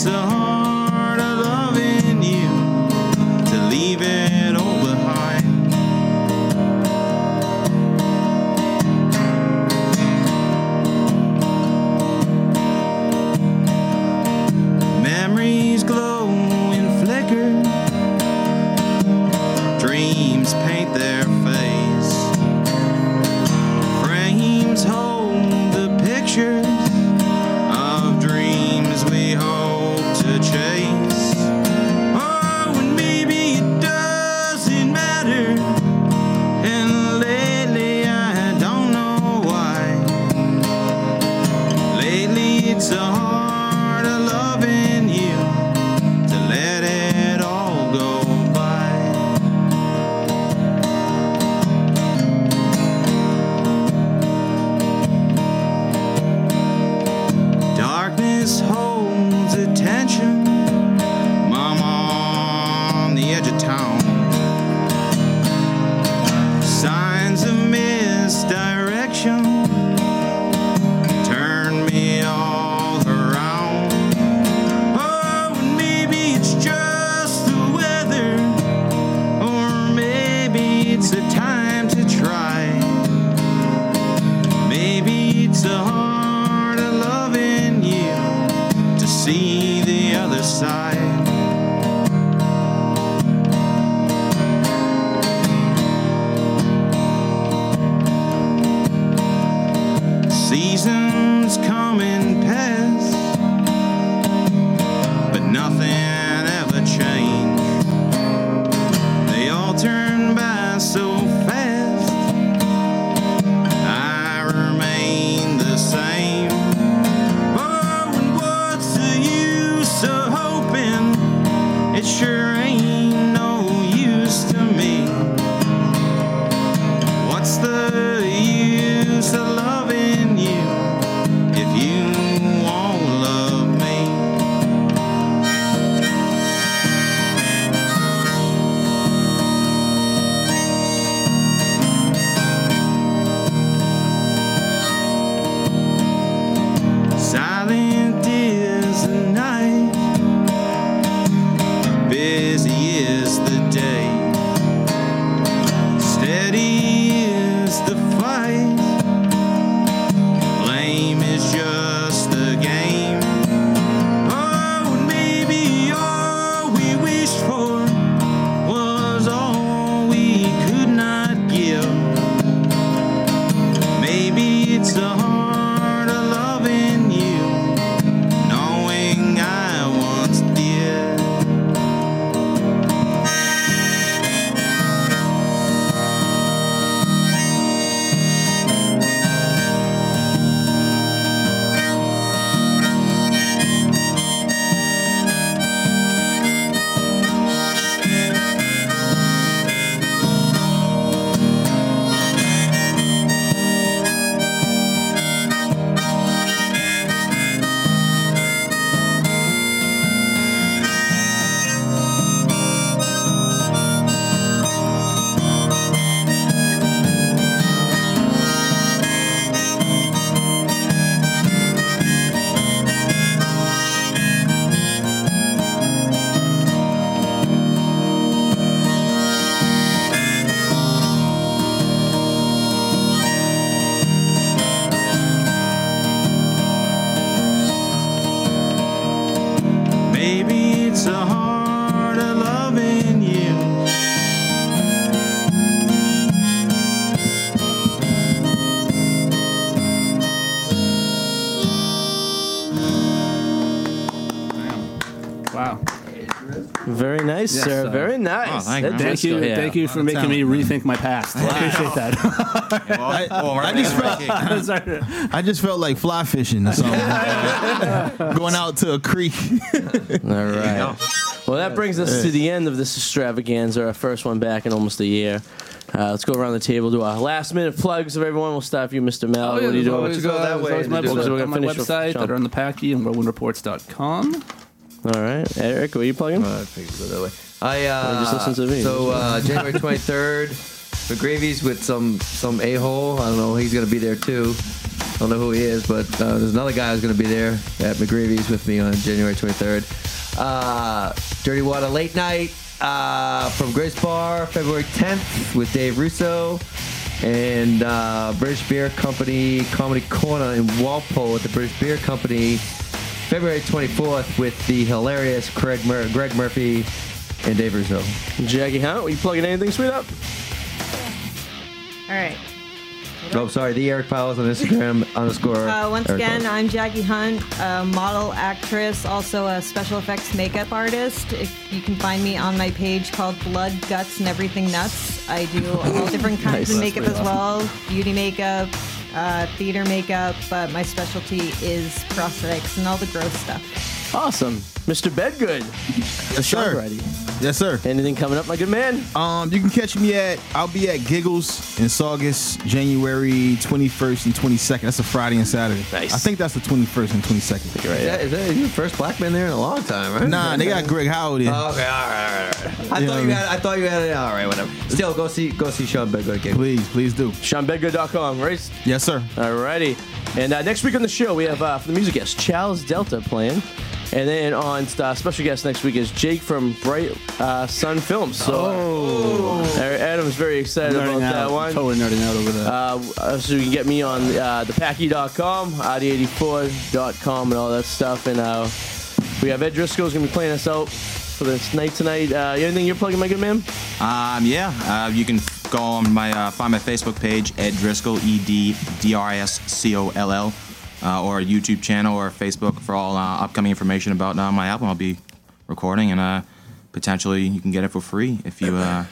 Oh, Oh, side. Seasons come and pass, but nothing ever changed. They all turn by so fast. I remain the same. Oh, and what's the use of hoping? It sure ain't no use to me. What's the use of loving you if you won't love me? Silent is the night, busy is the day, steady is the fight. Blame is just the game. Oh, and maybe all we wished for was all we could not give. Maybe it's the heart of loving you, knowing I once did. Maybe it's the heart of loving you.
Wow.
Very nice,
Yes,
sir.
uh,
Very nice. That
thank,
takes
you.
it, yeah.
Thank you for making me rethink my past. I appreciate that.
I, I just felt, I just felt like fly fishing or something. Going out to a creek.
All right. Well, that brings us to the end of this extravaganza, our first one back in almost a year. Uh, let's go around the table, do our last minute plugs of everyone. We'll start you, Mr.
Oh,
Mel. what are you
Oh, there's
doing?
always, uh, there's always my books
We're
on
gonna
my
finish with
website
Sean.
that are on the packy and worldwinreports.com.
All right, Eric, what are you plugging?
I uh,
just listen to me.
So uh, January 23rd, for Gravies with some some a hole. I don't know. He's gonna be there too. I don't know who he is, but uh, there's another guy who's gonna be there at McGravies with me on January 23rd. Uh, Dirty Water Late Night uh, from Grace Bar, February 10th with Dave Russo. And uh, British Beer Company Comedy Corner in Walpole at the British Beer Company, February 24th with the hilarious Craig Mur- Greg Murphy and Dave Rizzo.
Jackie Hunt, were you plugging anything sweet up?
All right.
Oh, sorry, the Eric Powell's on Instagram underscore.
Uh, once
Eric
again,
Powell.
I'm Jackie Hunt, a model, actress, also a special effects makeup artist. If you can find me on my page called Blood, Guts, and Everything Nuts, I do all different
Nice.
kinds of
That's
makeup
pretty
as well beauty makeup, uh, theater makeup, but my specialty is prosthetics and all the gross stuff.
Awesome. Mr. Bedgood.
Yes, sir. Yes, sir.
Anything coming up, my good man?
Um, you can catch me at I'll be at Giggles in Saugus, January 21st and 22nd. That's a Friday and Saturday. Nice. I think that's the 21st and 22nd.
Is that, is that your first black man there in a long time, right?
Nah, they got Greg Howard in.
Okay, all right, all right. all right. I
You know what
thought
I
you
mean?
had. I thought you had it. All right, whatever. Still, go see, go see Sean Bedgood again.
Please, please do.
SeanBedgood.com, right?
Yes, sir.
Uh,
Alrighty. And uh, next week on the show, we have, uh, for the music guest, Charles Delta playing. And then on uh, special guest next week is Jake from Bright uh, Sun Films. So uh, Adam's very excited
Nerding
about that
out.
one.
Totally nerding out over that.
Uh, uh, so you can get me on uh, thepacky.com, id84.com, and all that stuff. And uh, We have Ed Driscoll going to be playing us out for this night tonight. Uh, anything you're plugging, my good man?
Um, yeah, uh, you can go on my uh, find my Facebook page Ed Driscoll E D D R I S C O L L, uh, or YouTube channel or Facebook for all uh, upcoming information about uh, my album. I'll be recording and uh, potentially you can get it for free if you uh,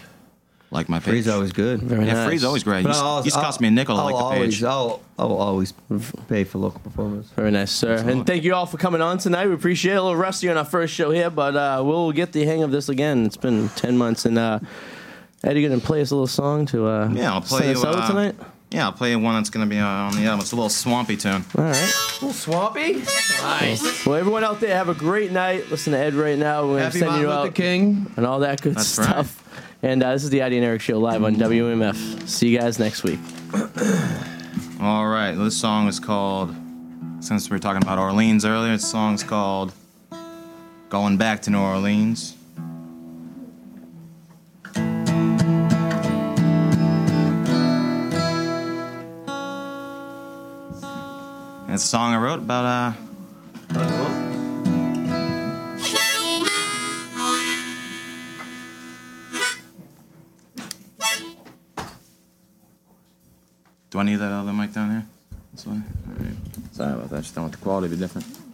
like my page.
Free's always good.
yeah, free's always great.
But
Used-
I'll always-
used to
I'll-
cost me a nickel to
I'll
like the page.
always- I'll, I'll always pay for local performers.
Very nice, sir. And thank you all for coming on tonight. We appreciate it. A little rusty on our first show here, but uh, we'll get the hang of this again. It's been 10 months, and uh, Eddie going to play us a little song to uh,
Yeah, I'll play
send
you
us out
uh,
tonight?
Yeah, I'll play you one that's gonna be uh, on the album. It's a little swampy tune.
All right.
little swampy. Nice.
Well, everyone out there, have a great night. Listen to Ed right now. We're going to
Happy
send
Martin
you
Luther
out
King
and all that good
That's right.
stuff. And uh, this is the Adi and Eric Show live on WMF. See you guys next week.
All right, this song is called. Since we were talking about Orleans earlier, this song's called "Going Back to New Orleans." And It's a song I wrote about uh, Do I need that other mic down here? That's fine. All right. Sorry about that. Just don't want the quality to be different.